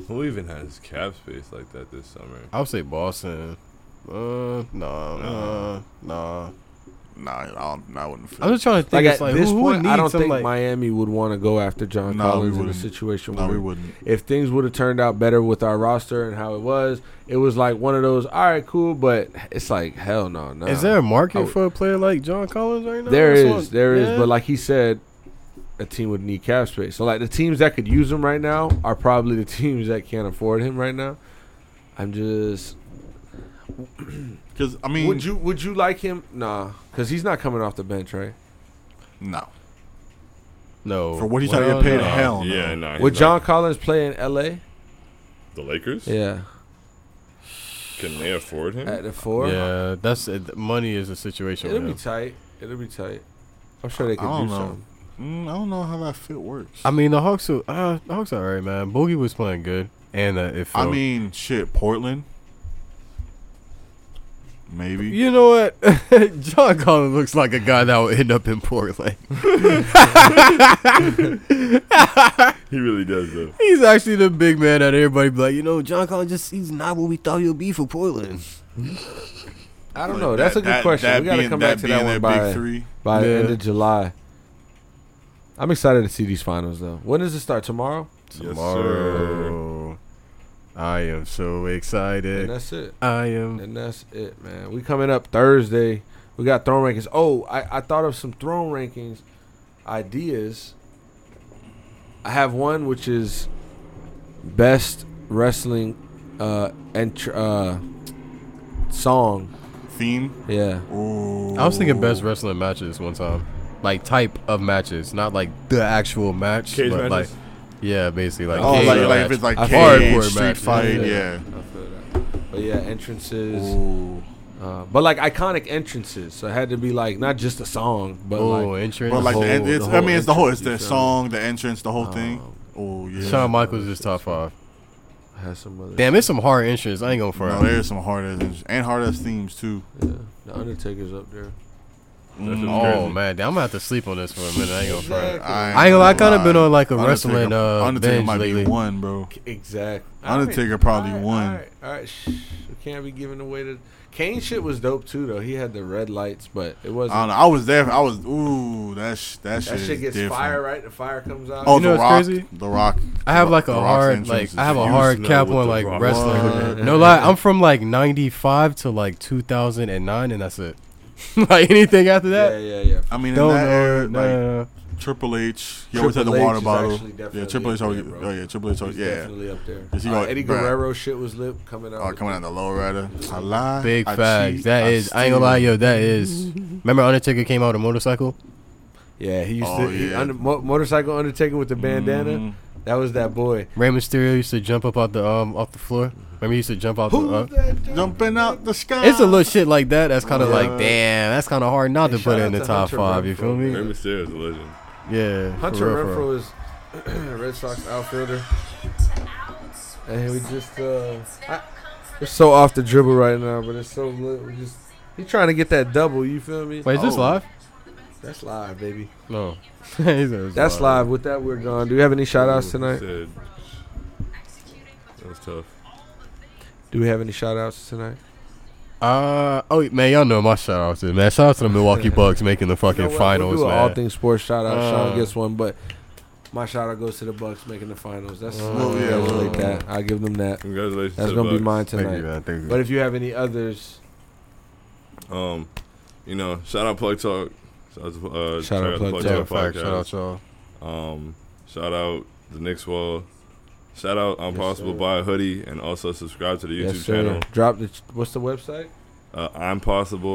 Who even has cap space like that this summer?
I would say Boston. Uh, nah, nah, nah.
Nah, I, don't, I wouldn't.
I'm just trying to think.
Like
it's
at
like
this
who, who would
point,
need
I don't
some,
think
like,
Miami would want to go after John
No, we
Collins in a
wouldn't.
situation
No,
where
we wouldn't.
if things would have turned out better with our roster and how it was, it was like one of those, all right, cool, but it's like, hell no, no.
Is there a market
I would-
for a player like John Collins right now?
There
That's
is,
what-
there is,
yeah.
but like he said, a team would need cap space. So like the teams that could use him right now are probably the *laughs* teams that can't afford him right now. I'm just.
Because I mean,
would you would you like him? Nah, because he's not coming off the bench, right?
No,
no
For what he's trying to get paid,
no.
hell. Oh, no.
yeah, no. he's
Would
not.
John Collins play in L.A.?
the Lakers?
Yeah,
Can they afford him?
Uh,
at the four.
Yeah, that's it. money is a situation.
It'll
with
be
him.
tight. It'll be tight. I'm sure they
I
could
don't
do
know.
something.
Mm, I don't know how that fit works.
I mean, the Hawks are uh, the Hawks are all right, man. Boogie was playing good, and uh, if
I mean, shit, Portland. Maybe.
you know what, *laughs* John Collins looks like a guy that would end up in Portland.
He really does though.
He's actually the big man that everybody be like, you know, John Collins just he's not what we thought he'll be for Portland.
I don't
Like,
know. That's
that-
a good
that-
question.
that
we gotta
being-
come back to that
being
one
their
by
big three.
by the
Yeah.
end of July. I'm excited to see these finals though. When does it start? Tomorrow?
sir.
Tomorrow, I am so
And
excited.
that's it.
I am.
And that's it, man. We coming up Thursday. We got throne rankings. Oh, I, I thought of some throne rankings ideas. I have one which is best wrestling uh entr- uh song.
Theme.
Yeah.
Ooh.
I was thinking best wrestling matches one time, like type of matches, not like the actual match,
Cage
but
matches?
like yeah, basically like
Oh,
cage
like,
match.
like if it's like
I
feel
cage,
like-
street fight,
Yeah.
yeah.
I feel that. But yeah, entrances.
Ooh.
Uh, but like iconic entrances. So it had to be like not just a song, but
Oh,
like
entrance.
But like,
whole-
the, en-
the
it's, I
whole
mean, it's the whole, it's the
entrance, you feel me? Uh,
song, the entrance, the whole thing.
um,
Oh yeah.
Shawn Michaels is top five.
has some other.
Damn, it's some hard insurance. I ain't going for
No,
it.
there's some hard ass and hard ass themes too. Mm-hmm.
Yeah, the Undertaker's up there.
That's just
Oh
crazy.
man, damn, I'm gonna have to sleep on this for a minute. I ain't going for it.
I
I ain't gonna lie, I kind of
lie.
been on like a
Undertaker-
wrestling uh
Undertaker
binge
might
lately.
be one, bro.
Exactly.
Undertaker probably won.
All right, all right. Shh. We can't be giving away the Kane shit was dope too though. He had the red lights, but it
I don't
wasn't.
know. I was there. I was ooh, that sh- Oh, that, shit,
That
is
shit gets
different.
fire right. The fire comes out.
Oh,
You know what's
the rock,
crazy?
the rock.
I have
The
like a
Rock's
hard
entrance
like
is
I have a
huge.
hard
know
cap
what
on
the
like
Rock-
wrestling.
What?
*laughs* No lie, I'm from like '95 to like 2009, and that's it. *laughs* like anything after
yeah,
that,
yeah, yeah.
I mean, in
don't
that
know.
era, like
nah.
Triple H. He always had the
Triple H
water
is
bottle.
actually definitely
Yeah, Triple H
up
always.
there, bro.
oh yeah, Triple H always.
He's
Yeah.
definitely up there.
Yes, he
Uh,
got-
Eddie
bruh.
Guerrero shit was lit coming out.
Oh, coming out the low rider. I lie.
Big
I
facts.
cheat,
That is. I ain't gonna
steal.
lie, yo. That is. Remember Undertaker came out on a motorcycle?
Yeah, he used
Oh,
to he
yeah.
under, mo- motorcycle undertaker with the bandana.
Mhm.
That was that boy.
Rey Mysterio used to jump up off the um off the floor. Remember he used to jump off the.
Uh-huh.
Uh,
Jumping out the sky.
it's a little shit like that. That's kind of like,
Yeah.
damn, that's kind of hard not to
Hey,
put
shout
it in
out
the
to
top
Hunter
five. You
Renfro,
feel me?
Rey Mysterio is a legend.
Yeah. for
Hunter
real, for real.
Renfro is *clears throat* Red Sox outfielder, and we just uh, I, we're so off the dribble right now, but it's so lit. We just he trying to get that double. You feel me?
Wait, is this
Oh,
live?
That's live, baby.
No. *laughs* He said it's
That's live. With that, we're gone. Do we have any shout outs tonight?
Said- That was tough.
Do we have any shout outs tonight?
Uh oh, wait, man, y'all know my shout out to man. Shout out to the
*laughs*
Milwaukee Bucks making the fucking
You know what?
finals,
We'll do an
man.
all things sports shout out. Sean
Uh.
gets one, but my shout out goes to the Bucks making the finals. That's
Oh,
yeah,
yeah, well.
that. I give them that.
Congratulations.
That's
to the
gonna be
Bucks.
mine
Thank you,
tonight.
man. Thank you.
But if you have any others,
Um, you know, shout out Plug Talk. Shout out to, uh,
Shout out Plug
yeah,
Talk.
facts. Shout out y'all.
Um, shout out the Knicks wall. Shout out on
Yes,
Possible
sir.
Buy a Hoodie and also subscribe to the YouTube
yes, sir.
channel.
Drop the. What's the website?
Uh,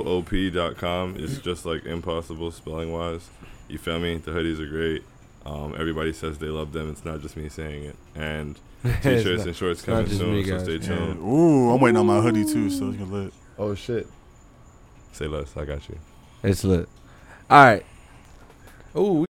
I'mpossibleop.com. It's just like impossible spelling wise. You feel me? The hoodies are great. Um, everybody says they love them. It's not just me saying it. And
*laughs* It's
t-shirts
not-
and shorts
it's not
coming
just
soon,
me,
so
guys.
stay
Yeah.
tuned.
Ooh, I'm waiting on my hoodie too, so it's gonna lit.
Oh shit! Say less. I got you.
it's lit. All right. Oh,